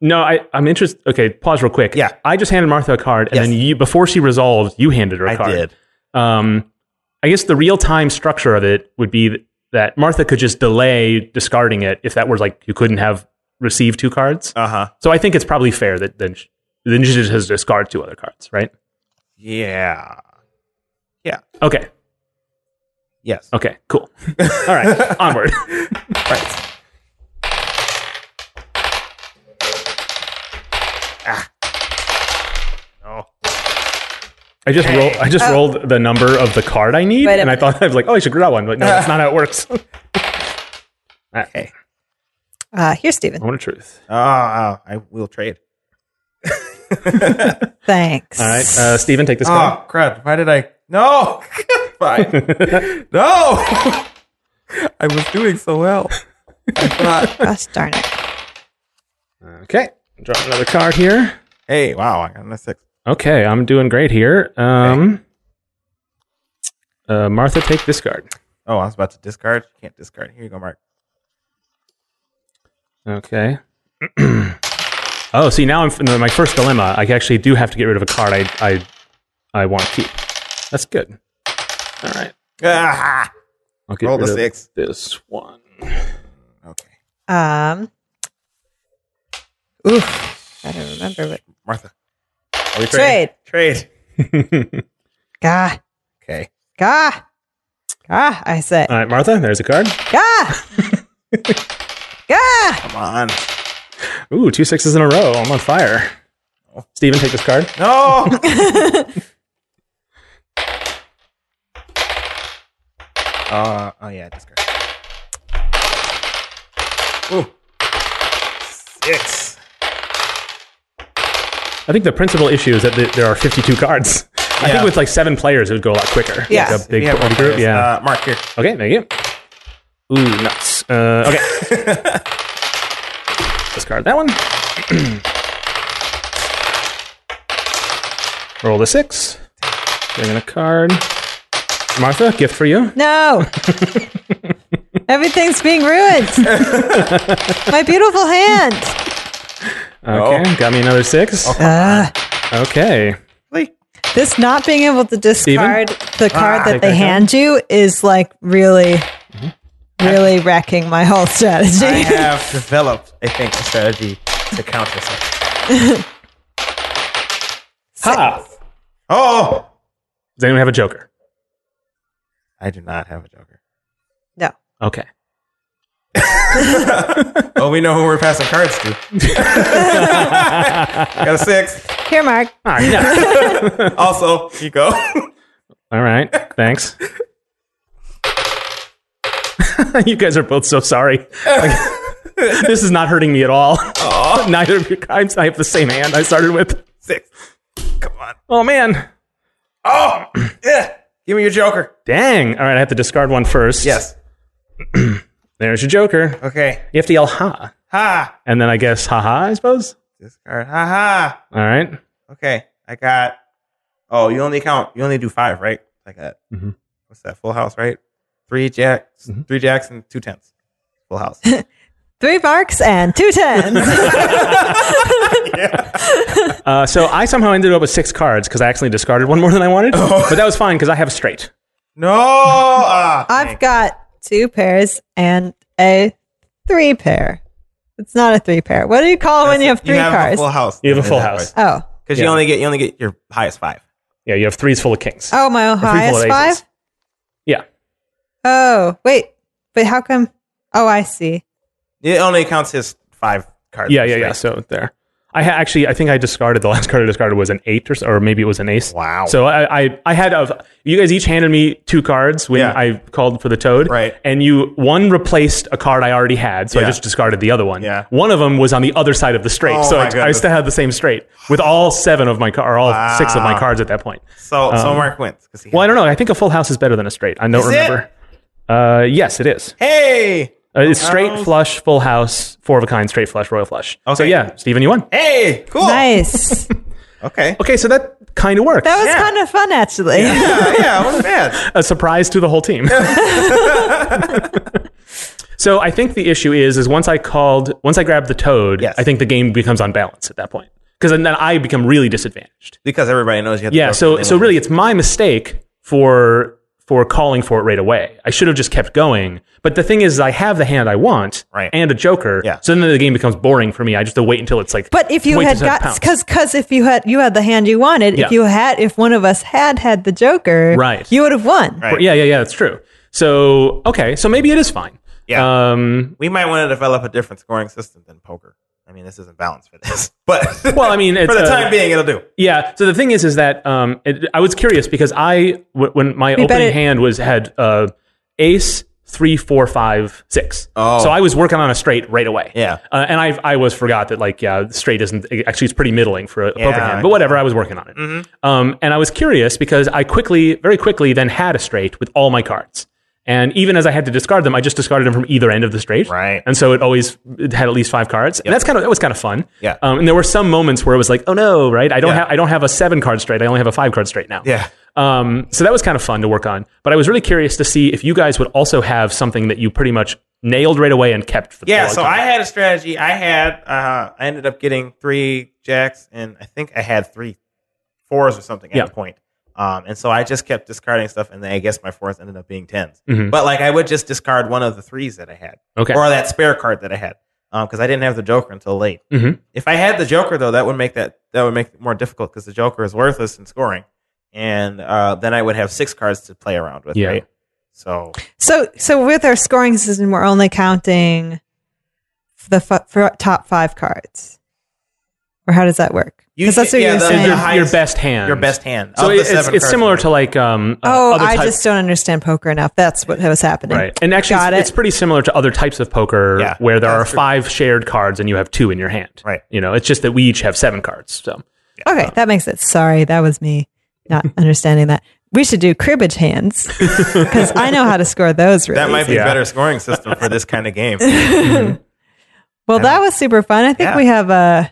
Speaker 1: no, I, I'm interested. Okay, pause real quick.
Speaker 3: Yeah.
Speaker 1: I just handed Martha a card, and
Speaker 3: Yes.
Speaker 1: then you, before she resolved, you handed her a
Speaker 3: I
Speaker 1: card.
Speaker 3: did.
Speaker 1: Um, I guess the real time structure of it would be th- that Martha could just delay discarding it if that were like you couldn't have received two cards.
Speaker 3: Uh huh.
Speaker 1: So I think it's probably fair that then she, then she just has to discard two other cards, right?
Speaker 3: Yeah.
Speaker 1: Okay.
Speaker 3: Yes.
Speaker 1: Okay.
Speaker 3: (laughs)
Speaker 1: Cool. All right. onward.
Speaker 3: Right. Ah. No.
Speaker 1: I just rolled. I just rolled the number of the card I need,
Speaker 2: Oh. Wait a
Speaker 1: and I
Speaker 2: minute.
Speaker 1: thought I was like, "Oh, I should grab one," but no,
Speaker 2: (laughs)
Speaker 1: that's not how it works. okay.
Speaker 2: Uh, here, Stephen.
Speaker 1: Moment of truth.
Speaker 3: Oh, oh, I will trade.
Speaker 2: Thanks.
Speaker 1: All right, uh, Steven, take this card.
Speaker 3: Oh, crud. Why did I? No. (laughs) Fine. no. (laughs) I was doing so well. I thought, (laughs)
Speaker 2: Gosh darn it.
Speaker 1: Okay, drop another card here.
Speaker 3: hey, wow, I got a six.
Speaker 1: Okay, I'm doing great here. Um, uh, Martha, take this card.
Speaker 3: Oh, I was about to discard. You can't discard. Here you go, Mark.
Speaker 1: Okay. (clears throat) oh, see, now I'm f- no, my first dilemma. I actually do have to get rid of a card I I I want to keep. That's good. All right.
Speaker 3: Ah,
Speaker 1: I'll get
Speaker 3: Roll the
Speaker 1: rid of
Speaker 3: six.
Speaker 1: This one.
Speaker 3: okay.
Speaker 2: Um, oof. I don't remember what.
Speaker 3: Martha. Are we
Speaker 2: Trade.
Speaker 3: Trade.
Speaker 2: Gah.
Speaker 3: Okay.
Speaker 2: Gah. Gah, I say.
Speaker 1: All right, Martha, there's a card.
Speaker 2: Gah.
Speaker 1: (laughs)
Speaker 2: Gah.
Speaker 3: Come on.
Speaker 1: Ooh, two sixes in a row. I'm on fire. Steven, take this card.
Speaker 3: No. uh, oh, yeah, discard. Ooh. Six.
Speaker 1: I think the principal issue is that th- there are 52 cards. I think
Speaker 3: Yeah.
Speaker 1: with like seven players, it would go a lot quicker.
Speaker 2: Yes.
Speaker 1: Like a big
Speaker 3: We have
Speaker 1: party
Speaker 3: one
Speaker 1: group.
Speaker 3: players.
Speaker 1: Yeah.
Speaker 3: Uh, Mark, here.
Speaker 1: okay, thank you. Ooh, nuts. Uh, okay. Discard that one. (clears throat) Roll the six. Bring in a card. Martha, gift for you.
Speaker 2: No. Everything's
Speaker 1: (laughs)
Speaker 2: being ruined. My beautiful hand.
Speaker 1: Okay,
Speaker 3: Oh.
Speaker 1: got me another six.
Speaker 2: Uh,
Speaker 1: Okay.
Speaker 2: this not being able to discard the card
Speaker 3: Ah,
Speaker 2: that
Speaker 1: take that
Speaker 2: they
Speaker 1: down.
Speaker 2: hand you is like really,
Speaker 1: Mm-hmm.
Speaker 2: really wrecking my whole strategy. (laughs)
Speaker 3: I have developed, I think, a strategy to counter something.
Speaker 1: Ha!
Speaker 3: Oh!
Speaker 1: Does anyone have a joker?
Speaker 3: I do not have a joker.
Speaker 2: no.
Speaker 1: Okay.
Speaker 3: Oh, we know who we're passing cards to. (laughs) Got a six.
Speaker 2: Here, Mark.
Speaker 1: Ah, nuts.
Speaker 3: Also, you go. (laughs)
Speaker 1: All right. Thanks. (laughs) you guys are both so sorry. Like, this is not hurting me at all. (laughs) Neither of your kinds. I have the same hand I started with.
Speaker 3: six. Come on.
Speaker 1: Oh man.
Speaker 3: Oh! (clears throat) Yeah. Give me your joker.
Speaker 1: Dang. All right, I have to discard one first.
Speaker 3: Yes.
Speaker 1: There's your joker.
Speaker 3: Okay.
Speaker 1: You have to yell ha.
Speaker 3: Ha!
Speaker 1: And then I guess ha ha, I suppose.
Speaker 3: Discard. Ha ha!
Speaker 1: All right.
Speaker 3: Okay, I got. Oh, you only count. You only do five, right? I got.
Speaker 1: Mhm.
Speaker 3: What's that? Full house, right? Three jacks,
Speaker 1: Mm-hmm.
Speaker 3: three jacks, and two tenths.
Speaker 2: (laughs)
Speaker 3: Full house.
Speaker 2: Three marks and two tens.
Speaker 1: Uh, so I somehow ended up with six cards because I accidentally discarded one more than I wanted. But that was fine because I have a straight.
Speaker 3: no, ah,
Speaker 2: I've got two pairs and a three pair. It's not a three pair. What do you call it when you have three
Speaker 3: you have
Speaker 2: cars?
Speaker 3: A full house.
Speaker 1: You have a full house.
Speaker 2: Oh,
Speaker 3: because
Speaker 1: Yeah.
Speaker 3: you only get you only get your highest five.
Speaker 1: Yeah, you have threes full of kings.
Speaker 2: oh, my
Speaker 1: Or three full
Speaker 2: highest
Speaker 1: of
Speaker 2: five.
Speaker 1: aces. Yeah.
Speaker 2: Oh, wait, wait. How come? Oh, I see.
Speaker 3: It only counts his five cards.
Speaker 1: Yeah, yeah, yeah.
Speaker 3: Right?
Speaker 1: So there. I ha- actually, I think I discarded the last card I discarded was an eight or, so, or maybe it was an ace.
Speaker 4: Wow.
Speaker 1: So I, I, I had of you guys each handed me two cards when
Speaker 4: Yeah.
Speaker 1: I called for the toad,
Speaker 4: Right.
Speaker 1: And you one replaced a card I already had, so
Speaker 4: Yeah.
Speaker 1: I just discarded the other one.
Speaker 4: Yeah.
Speaker 1: One of them was on the other side of the straight,
Speaker 4: Oh
Speaker 1: so
Speaker 4: my
Speaker 1: I, I
Speaker 4: goodness.
Speaker 1: still had the same straight with all seven of my car, or all six of my
Speaker 4: Wow.
Speaker 1: cards at that point.
Speaker 3: So
Speaker 1: Um,
Speaker 3: so Mark wins because he.
Speaker 1: Well, I don't know. I think a full house is better than a straight. I don't
Speaker 3: Is it?
Speaker 1: remember. Uh, yes, it is.
Speaker 3: hey
Speaker 1: Uh, it's straight
Speaker 4: Oh.
Speaker 3: house.
Speaker 1: flush, full house, four of a kind, straight flush, royal flush. So
Speaker 3: Okay.
Speaker 1: yeah, Steven, you won.
Speaker 3: hey cool
Speaker 2: Nice.
Speaker 3: okay
Speaker 1: Okay, so that kind of worked.
Speaker 2: That was
Speaker 3: Yeah.
Speaker 2: kind of fun, actually.
Speaker 3: yeah yeah it wasn't bad
Speaker 1: a surprise to the whole team. (laughs) so I think the issue is is once I called, once I grabbed the toad,
Speaker 3: Yes.
Speaker 1: I think the game becomes unbalanced at that point because then I become really disadvantaged.
Speaker 3: because everybody knows you. Have to
Speaker 2: Oh,
Speaker 1: Yeah.
Speaker 3: go for
Speaker 1: So
Speaker 3: the
Speaker 1: so really, it's my mistake for for calling for it right away. I should have just kept going. But the thing is, I have the hand I want
Speaker 3: Right.
Speaker 1: and a joker.
Speaker 3: Yeah.
Speaker 1: So then the game becomes boring for me. I just have to wait until it's like.
Speaker 2: But if you
Speaker 1: wait
Speaker 2: had
Speaker 1: until it
Speaker 2: got
Speaker 1: pounds.
Speaker 2: because because if you had you had the hand you wanted,
Speaker 1: Yeah.
Speaker 2: if you had if one of us had had the Joker,
Speaker 1: Right.
Speaker 2: you would have won.
Speaker 3: Right.
Speaker 1: yeah, yeah, yeah, that's true. So okay, so maybe it is fine.
Speaker 3: Yeah.
Speaker 1: Um,
Speaker 3: we might want to develop a different scoring system than poker. I mean, this isn't balanced for this, (laughs) but
Speaker 1: well, I mean, it's,
Speaker 3: (laughs) for the
Speaker 1: uh,
Speaker 3: time being, it'll do.
Speaker 1: Yeah. So the thing is, is that um, it, I was curious because I w- when my
Speaker 2: bet
Speaker 1: opening
Speaker 2: it-
Speaker 1: hand was had uh, ace three four five six.
Speaker 3: Oh.
Speaker 1: So I was working on a straight right away.
Speaker 3: Yeah.
Speaker 1: Uh, and I I was forgot that like yeah straight isn't actually it's pretty middling for a poker
Speaker 3: Yeah. Mm-hmm.
Speaker 1: hand but whatever I was working on it. Um, and I was curious because I quickly very quickly then had a straight with all my cards. And even as I had to discard them, I just discarded them from either end of the straight.
Speaker 3: Right.
Speaker 1: And so it always it had at least five cards. And that's kind of that was kind of fun.
Speaker 3: Yeah.
Speaker 1: Um, and there were some moments where it was like, oh no, right? I don't
Speaker 3: Yeah.
Speaker 1: have I don't have a seven card straight. I only have a five card straight now.
Speaker 3: Yeah.
Speaker 1: Um, so that was kind of fun to work on. But I was really curious to see if you guys would also have something that you pretty much nailed right away and kept for the
Speaker 3: Yeah.
Speaker 1: whole
Speaker 3: So
Speaker 1: time.
Speaker 3: I had a strategy. I had uh, I ended up getting three jacks, and I think I had three fours or something
Speaker 1: Yeah.
Speaker 3: at a point. Um, and so I just kept discarding stuff, and then I guess my fours ended up being 10s
Speaker 1: Mhm.
Speaker 3: But like I would just discard one of the threes that I had,
Speaker 1: Okay.
Speaker 3: or that spare card that I had, because I didn't have the Joker until late.
Speaker 1: Mhm.
Speaker 3: If I had the Joker though, that would make that that would make it more difficult because the Joker is worthless in scoring, and uh, then I would have six cards to play around with.
Speaker 1: Yeah.
Speaker 3: Right? So
Speaker 2: So so with our scoring system, we're only counting the f- for top five cards, or how does that work?
Speaker 3: You
Speaker 2: Because that's
Speaker 3: should-
Speaker 2: what
Speaker 3: yeah,
Speaker 2: you're
Speaker 3: the-
Speaker 1: Your-
Speaker 2: saying.
Speaker 1: your,
Speaker 3: highest-
Speaker 1: best hand.
Speaker 3: your best hand.
Speaker 1: So
Speaker 3: of
Speaker 1: it-
Speaker 3: the
Speaker 1: it's,
Speaker 3: seven
Speaker 1: it's
Speaker 3: cards
Speaker 1: similar
Speaker 3: in
Speaker 1: to like um uh,
Speaker 2: oh,
Speaker 1: other
Speaker 2: I
Speaker 1: types-
Speaker 2: just don't understand poker enough. That's what was happening.
Speaker 1: Right. And actually,
Speaker 2: Got
Speaker 1: it's, it's
Speaker 2: it.
Speaker 1: pretty similar to other types of poker
Speaker 3: Yeah,
Speaker 1: where there are
Speaker 3: that's true.
Speaker 1: five shared cards and you have two in your hand.
Speaker 3: Right.
Speaker 1: You know, it's just that we each have seven cards. So,
Speaker 2: Okay, that makes sense. Sorry, that was me
Speaker 1: (laughs)
Speaker 2: not understanding that. We should do cribbage hands because I know how to score those. Really
Speaker 3: That might be
Speaker 1: Yeah.
Speaker 3: a better scoring system for this kind
Speaker 1: (laughs)
Speaker 3: of game.
Speaker 2: Well, that was super fun. I think
Speaker 3: Yeah.
Speaker 2: we have Uh,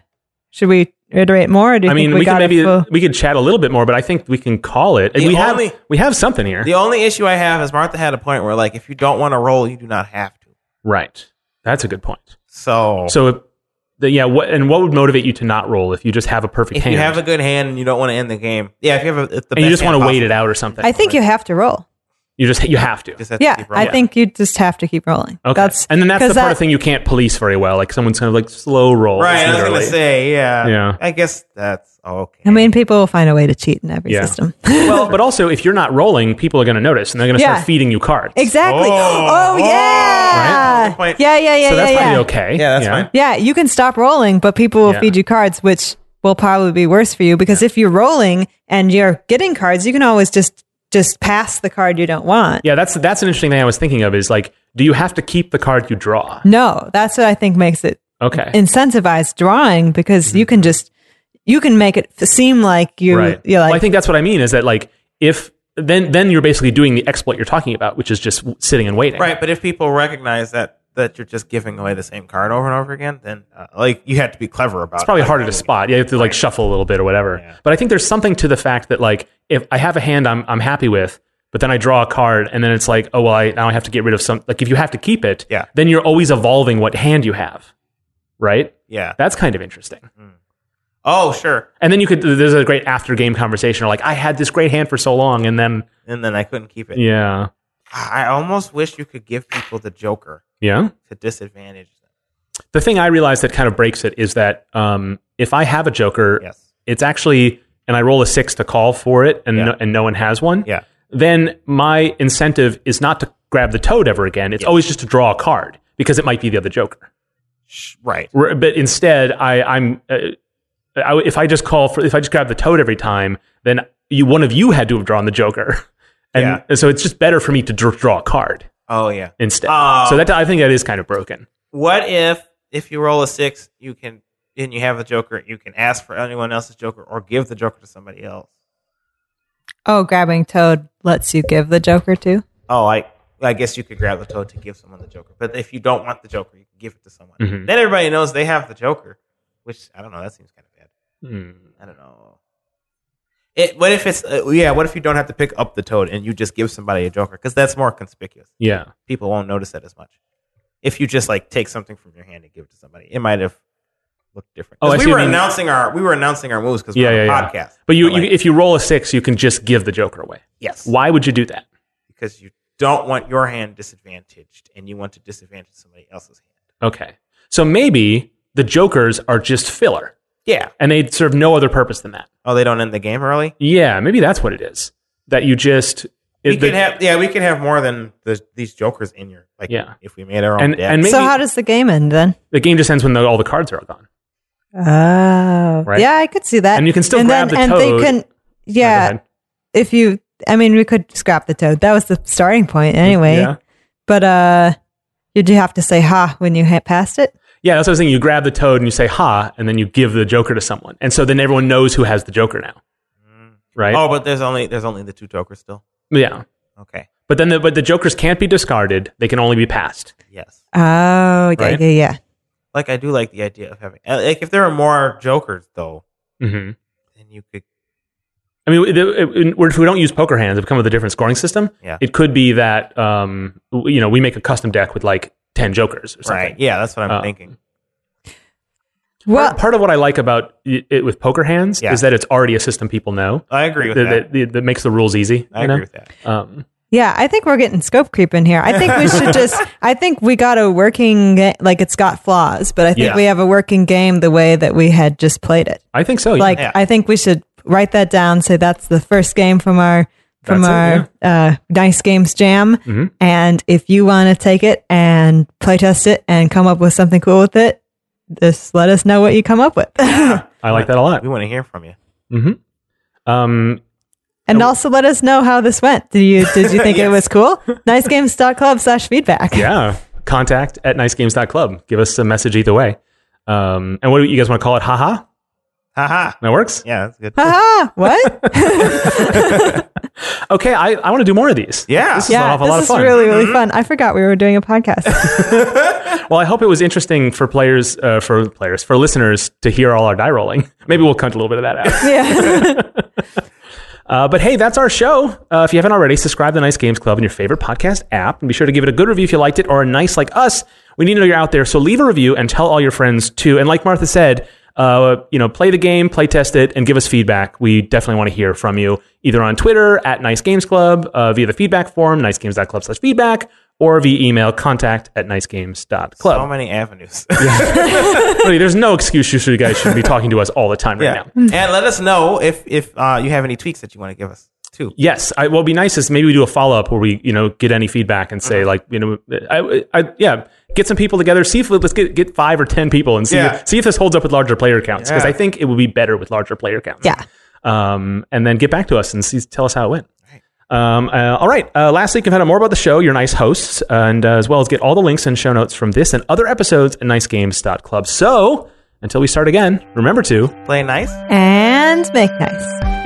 Speaker 2: should we iterate more? Or do you
Speaker 1: I mean,
Speaker 2: think
Speaker 1: we,
Speaker 2: we,
Speaker 1: can
Speaker 2: got it
Speaker 1: maybe
Speaker 2: full-
Speaker 1: we could chat a little bit more, but I think we can call it. And
Speaker 3: The
Speaker 1: we
Speaker 3: only-
Speaker 1: have we have something here,
Speaker 3: the only issue I have is Martha had a point where like if you don't want to roll, you do not have to.
Speaker 1: right? That's a good point.
Speaker 3: So,
Speaker 1: So, if- the, yeah, what and what would motivate you to not roll if you just have a perfect
Speaker 3: if
Speaker 1: hand
Speaker 3: you have a good hand and you don't want to end the game, yeah, if you have a, if the
Speaker 1: and you
Speaker 3: best
Speaker 1: just
Speaker 3: hand
Speaker 1: want to wait
Speaker 3: possible,
Speaker 1: it out or something?
Speaker 2: I think you have to roll.
Speaker 1: you just you have to.
Speaker 3: you just have to
Speaker 2: Yeah,
Speaker 3: keep rolling.
Speaker 2: I think you just have to keep rolling.
Speaker 1: Okay.
Speaker 2: That's
Speaker 1: and then that's
Speaker 2: 'cause
Speaker 1: the part
Speaker 2: that-
Speaker 1: of thing you can't police very well. Like someone's kind of like slow roll.
Speaker 3: Right, I was gonna
Speaker 1: literally.
Speaker 3: say, yeah,
Speaker 1: Yeah.
Speaker 3: I guess that's okay.
Speaker 2: I mean, people will find a way to cheat in every
Speaker 1: Yeah.
Speaker 2: system. (laughs)
Speaker 1: well, but also if you're not rolling, people are going to notice and they're going to
Speaker 2: Yeah.
Speaker 1: start feeding you cards.
Speaker 2: exactly.
Speaker 3: Oh.
Speaker 2: Oh,
Speaker 3: Right?
Speaker 2: yeah.
Speaker 3: Good point.
Speaker 2: yeah, yeah, yeah,
Speaker 1: So that's
Speaker 2: yeah,
Speaker 1: probably
Speaker 2: yeah.
Speaker 1: okay.
Speaker 3: Yeah, that's fine.
Speaker 2: Yeah, you can stop rolling, but people will
Speaker 1: Yeah.
Speaker 2: feed you cards, which will probably be worse for you because if you're rolling and you're getting cards, you can always just just pass the card you don't want.
Speaker 1: Yeah, that's that's an interesting thing I was thinking of is like, do you have to keep the card you draw?
Speaker 2: No, that's what I think makes it
Speaker 1: Okay.
Speaker 2: incentivize drawing because you can just you can make it f- seem like you
Speaker 1: Mm-hmm. right.
Speaker 2: you're like
Speaker 1: well, I think that's what I mean is that like if then then you're basically doing the exploit you're talking about, which is just w- sitting and waiting.
Speaker 3: right, but if people recognize that that you're just giving away the same card over and over again, then uh, like you have to be clever about
Speaker 1: It's probably
Speaker 3: it.
Speaker 1: harder to spot. You have to like shuffle a little bit or whatever. But I think there's something to the fact that like if I have a hand I'm I'm happy with, but then I draw a card and then it's like, oh well, I now I have to get rid of some like if you have to keep it,
Speaker 3: Yeah.
Speaker 1: then you're always evolving what hand you have. Right?
Speaker 3: Yeah.
Speaker 1: That's kind of interesting.
Speaker 3: Oh, sure.
Speaker 1: And then you could there's a great after game conversation or like I had this great hand for so long and then
Speaker 3: And then I couldn't keep it.
Speaker 1: yeah.
Speaker 3: I almost wish you could give people the Joker
Speaker 1: Yeah.
Speaker 3: to disadvantage them.
Speaker 1: The thing I realize that kind of breaks it is that um, if I have a joker,
Speaker 3: Yes.
Speaker 1: it's actually and I roll a six to call for it, and
Speaker 3: Yeah.
Speaker 1: no, and no one has one.
Speaker 3: Yeah.
Speaker 1: Then my incentive is not to grab the toad ever again. It's always just to draw a card because it might be the other joker.
Speaker 3: Sh- Right.
Speaker 1: Where- But instead, I, I'm uh, I, if I just call for if I just grab the toad every time, then you one of you had to have drawn the Joker, (laughs) and,
Speaker 3: Yeah.
Speaker 1: and so it's just better for me to dr- draw a card
Speaker 3: Oh yeah.
Speaker 1: instead.
Speaker 3: Oh.
Speaker 1: So that I think that is kind of broken.
Speaker 3: What if if you roll a six, you can and you have the Joker, you can ask for anyone else's Joker or give the Joker to somebody else.
Speaker 2: Oh, grabbing Toad lets you give the Joker to?
Speaker 3: Oh, I I guess you could grab the Toad to give someone the Joker, but if you don't want the Joker, you can give it to someone.
Speaker 1: Mhm.
Speaker 3: Then everybody knows they have the Joker, which I don't know. That seems kind of bad.
Speaker 1: Hmm.
Speaker 3: I don't know. It, what if it's uh, yeah? What if you don't have to pick up the Toad and you just give somebody a Joker because that's more conspicuous.
Speaker 1: Yeah.
Speaker 3: people won't notice that as much. If you just like take something from your hand and give it to somebody, it might have looked different. 'Cause
Speaker 1: Oh, I see
Speaker 3: we
Speaker 1: what
Speaker 3: were
Speaker 1: you mean.
Speaker 3: announcing our we were announcing our moves because
Speaker 1: Yeah,
Speaker 3: we're on
Speaker 1: yeah,
Speaker 3: a
Speaker 1: yeah.
Speaker 3: podcast.
Speaker 1: But you,
Speaker 3: like,
Speaker 1: you, if you roll a six, you can just give the Joker away.
Speaker 3: yes,
Speaker 1: Why would you do that?
Speaker 3: because you don't want your hand disadvantaged, and you want to disadvantage somebody else's hand.
Speaker 1: Okay. So maybe the Jokers are just filler
Speaker 3: Yeah.
Speaker 1: and they serve no other purpose than that.
Speaker 3: Oh, they don't end the game early.
Speaker 1: Yeah. Maybe that's what it is. That you just.
Speaker 3: We
Speaker 1: it- the-
Speaker 3: could have yeah, we could have more than the, these jokers in your like.
Speaker 1: Yeah.
Speaker 3: If we made our own
Speaker 1: and,
Speaker 3: deck.
Speaker 1: and maybe
Speaker 2: so, how does the game end then?
Speaker 1: the game just ends when the, all the cards are all gone.
Speaker 2: Oh,
Speaker 1: Right.
Speaker 2: yeah, I could see that.
Speaker 1: And you can still grab the
Speaker 2: and
Speaker 1: toad.
Speaker 2: They can,
Speaker 1: Go
Speaker 2: yeah,
Speaker 1: ahead.
Speaker 2: if you, I mean, we could scrap the toad. That was the starting point anyway.
Speaker 1: Yeah.
Speaker 2: But uh, you do have to say ha when you hit past it.
Speaker 1: Yeah. That's what I was saying. You grab the toad and you say ha, and then you give the Joker to someone. And so then everyone knows who has the Joker now. Right.
Speaker 3: oh, but there's only there's only the two jokers still.
Speaker 1: Yeah.
Speaker 3: Okay.
Speaker 1: But then the, but the Jokers can't be discarded. They can only be passed.
Speaker 3: Yes.
Speaker 2: Oh, yeah,
Speaker 1: Right.
Speaker 2: yeah, yeah.
Speaker 3: Like I do like the idea of having uh, like if there were more jokers though,
Speaker 1: Mm-hmm.
Speaker 3: then you could
Speaker 1: I mean, the- it- we're- if we don't use poker hands, it come with a different scoring system.
Speaker 3: Yeah.
Speaker 1: It could be that um, w- you know we make a custom deck with like ten jokers or something.
Speaker 3: Right. Yeah, that's what I'm
Speaker 1: Uh,
Speaker 3: thinking.
Speaker 2: Well,
Speaker 1: Part, part of what I like about i- it with poker hands
Speaker 3: Yeah.
Speaker 1: is that it's already a system people know.
Speaker 3: I agree with
Speaker 1: that, that-
Speaker 3: that.
Speaker 1: that- that makes the rules easy.
Speaker 3: I
Speaker 1: you
Speaker 3: agree
Speaker 1: know?
Speaker 3: with that.
Speaker 1: Um,
Speaker 2: Yeah, I think we're getting scope creep in here. I think
Speaker 1: (laughs)
Speaker 2: we should just. I think we got a working ga- like it's got flaws, but I think
Speaker 1: Yeah.
Speaker 2: we have a working game the way that we had just played it.
Speaker 1: I think so. yeah.
Speaker 2: Like
Speaker 3: Yeah.
Speaker 2: I think we should write that down. Say that's the first game from our from
Speaker 1: That's
Speaker 2: our uh, nice games jam.
Speaker 1: Mhm.
Speaker 2: And if you want to take it and play test it and come up with something cool with it, just let us know what you come up with. (laughs)
Speaker 1: I like that a lot.
Speaker 3: We want to hear from you.
Speaker 1: Um,
Speaker 2: And also let us know how this went. Did you
Speaker 1: (laughs)
Speaker 2: did you think it was cool? Nicegames.club slash feedback. (laughs)
Speaker 1: yeah. Contact at nicegames.club. Give us a message either way. Um, and what do you guys want to call it? Haha.
Speaker 3: Haha.
Speaker 1: That works.
Speaker 3: Yeah, that's good.
Speaker 2: Haha, Ah,
Speaker 1: (laughs)
Speaker 2: what?
Speaker 1: Okay. I, I want to do more of these.
Speaker 3: Yeah.
Speaker 1: This is an
Speaker 2: yeah,
Speaker 1: awful
Speaker 2: this
Speaker 1: lot of
Speaker 2: is
Speaker 1: fun. Mm-hmm.
Speaker 2: really, really fun. I forgot we were doing a podcast. (laughs)
Speaker 1: Well, I hope it was interesting for players, uh, for players, for listeners to hear all our die rolling. (laughs) Maybe we'll cut a little bit of that
Speaker 2: (laughs)
Speaker 1: out. (laughs)
Speaker 2: yeah.
Speaker 1: Uh, but hey, that's our show. Uh, if you haven't already, subscribe to the Nice Games Club in your favorite podcast app, and be sure to give it a good review if you liked it, or a nice like us. We need to know you're out there, so leave a review and tell all your friends too. And like Martha said, uh, you know, play the game, play test it, and give us feedback. We definitely want to hear from you, either on Twitter at Nice Games Club uh, via the feedback form, nicegames.club/feedback, or via email contact at nicegames.club.
Speaker 3: So many avenues. (laughs)
Speaker 1: Really, there's no excuse you should- you guys should be talking to us all the time right
Speaker 3: yeah.
Speaker 1: now.
Speaker 3: and let us know if if uh, you have any tweaks that you want to give us too.
Speaker 1: Yes, I, what would be nice is maybe we do a follow up where we you know get any feedback and
Speaker 3: Uh-huh.
Speaker 1: say like you know I, I yeah get some people together see if let's get get five or ten people and see
Speaker 3: Yeah.
Speaker 1: see if this holds up with larger player counts because
Speaker 3: Yeah.
Speaker 1: I think it would be better with larger player counts.
Speaker 2: Yeah.
Speaker 1: Um, and then get back to us and see tell us how it went. Um, uh, all right. Uh, lastly, you can find out more about the show, your nice hosts, and uh, as well as get all the links and show notes from this and other episodes at nicegames.club. So until we start again, remember to.
Speaker 3: Play nice.
Speaker 2: And make nice.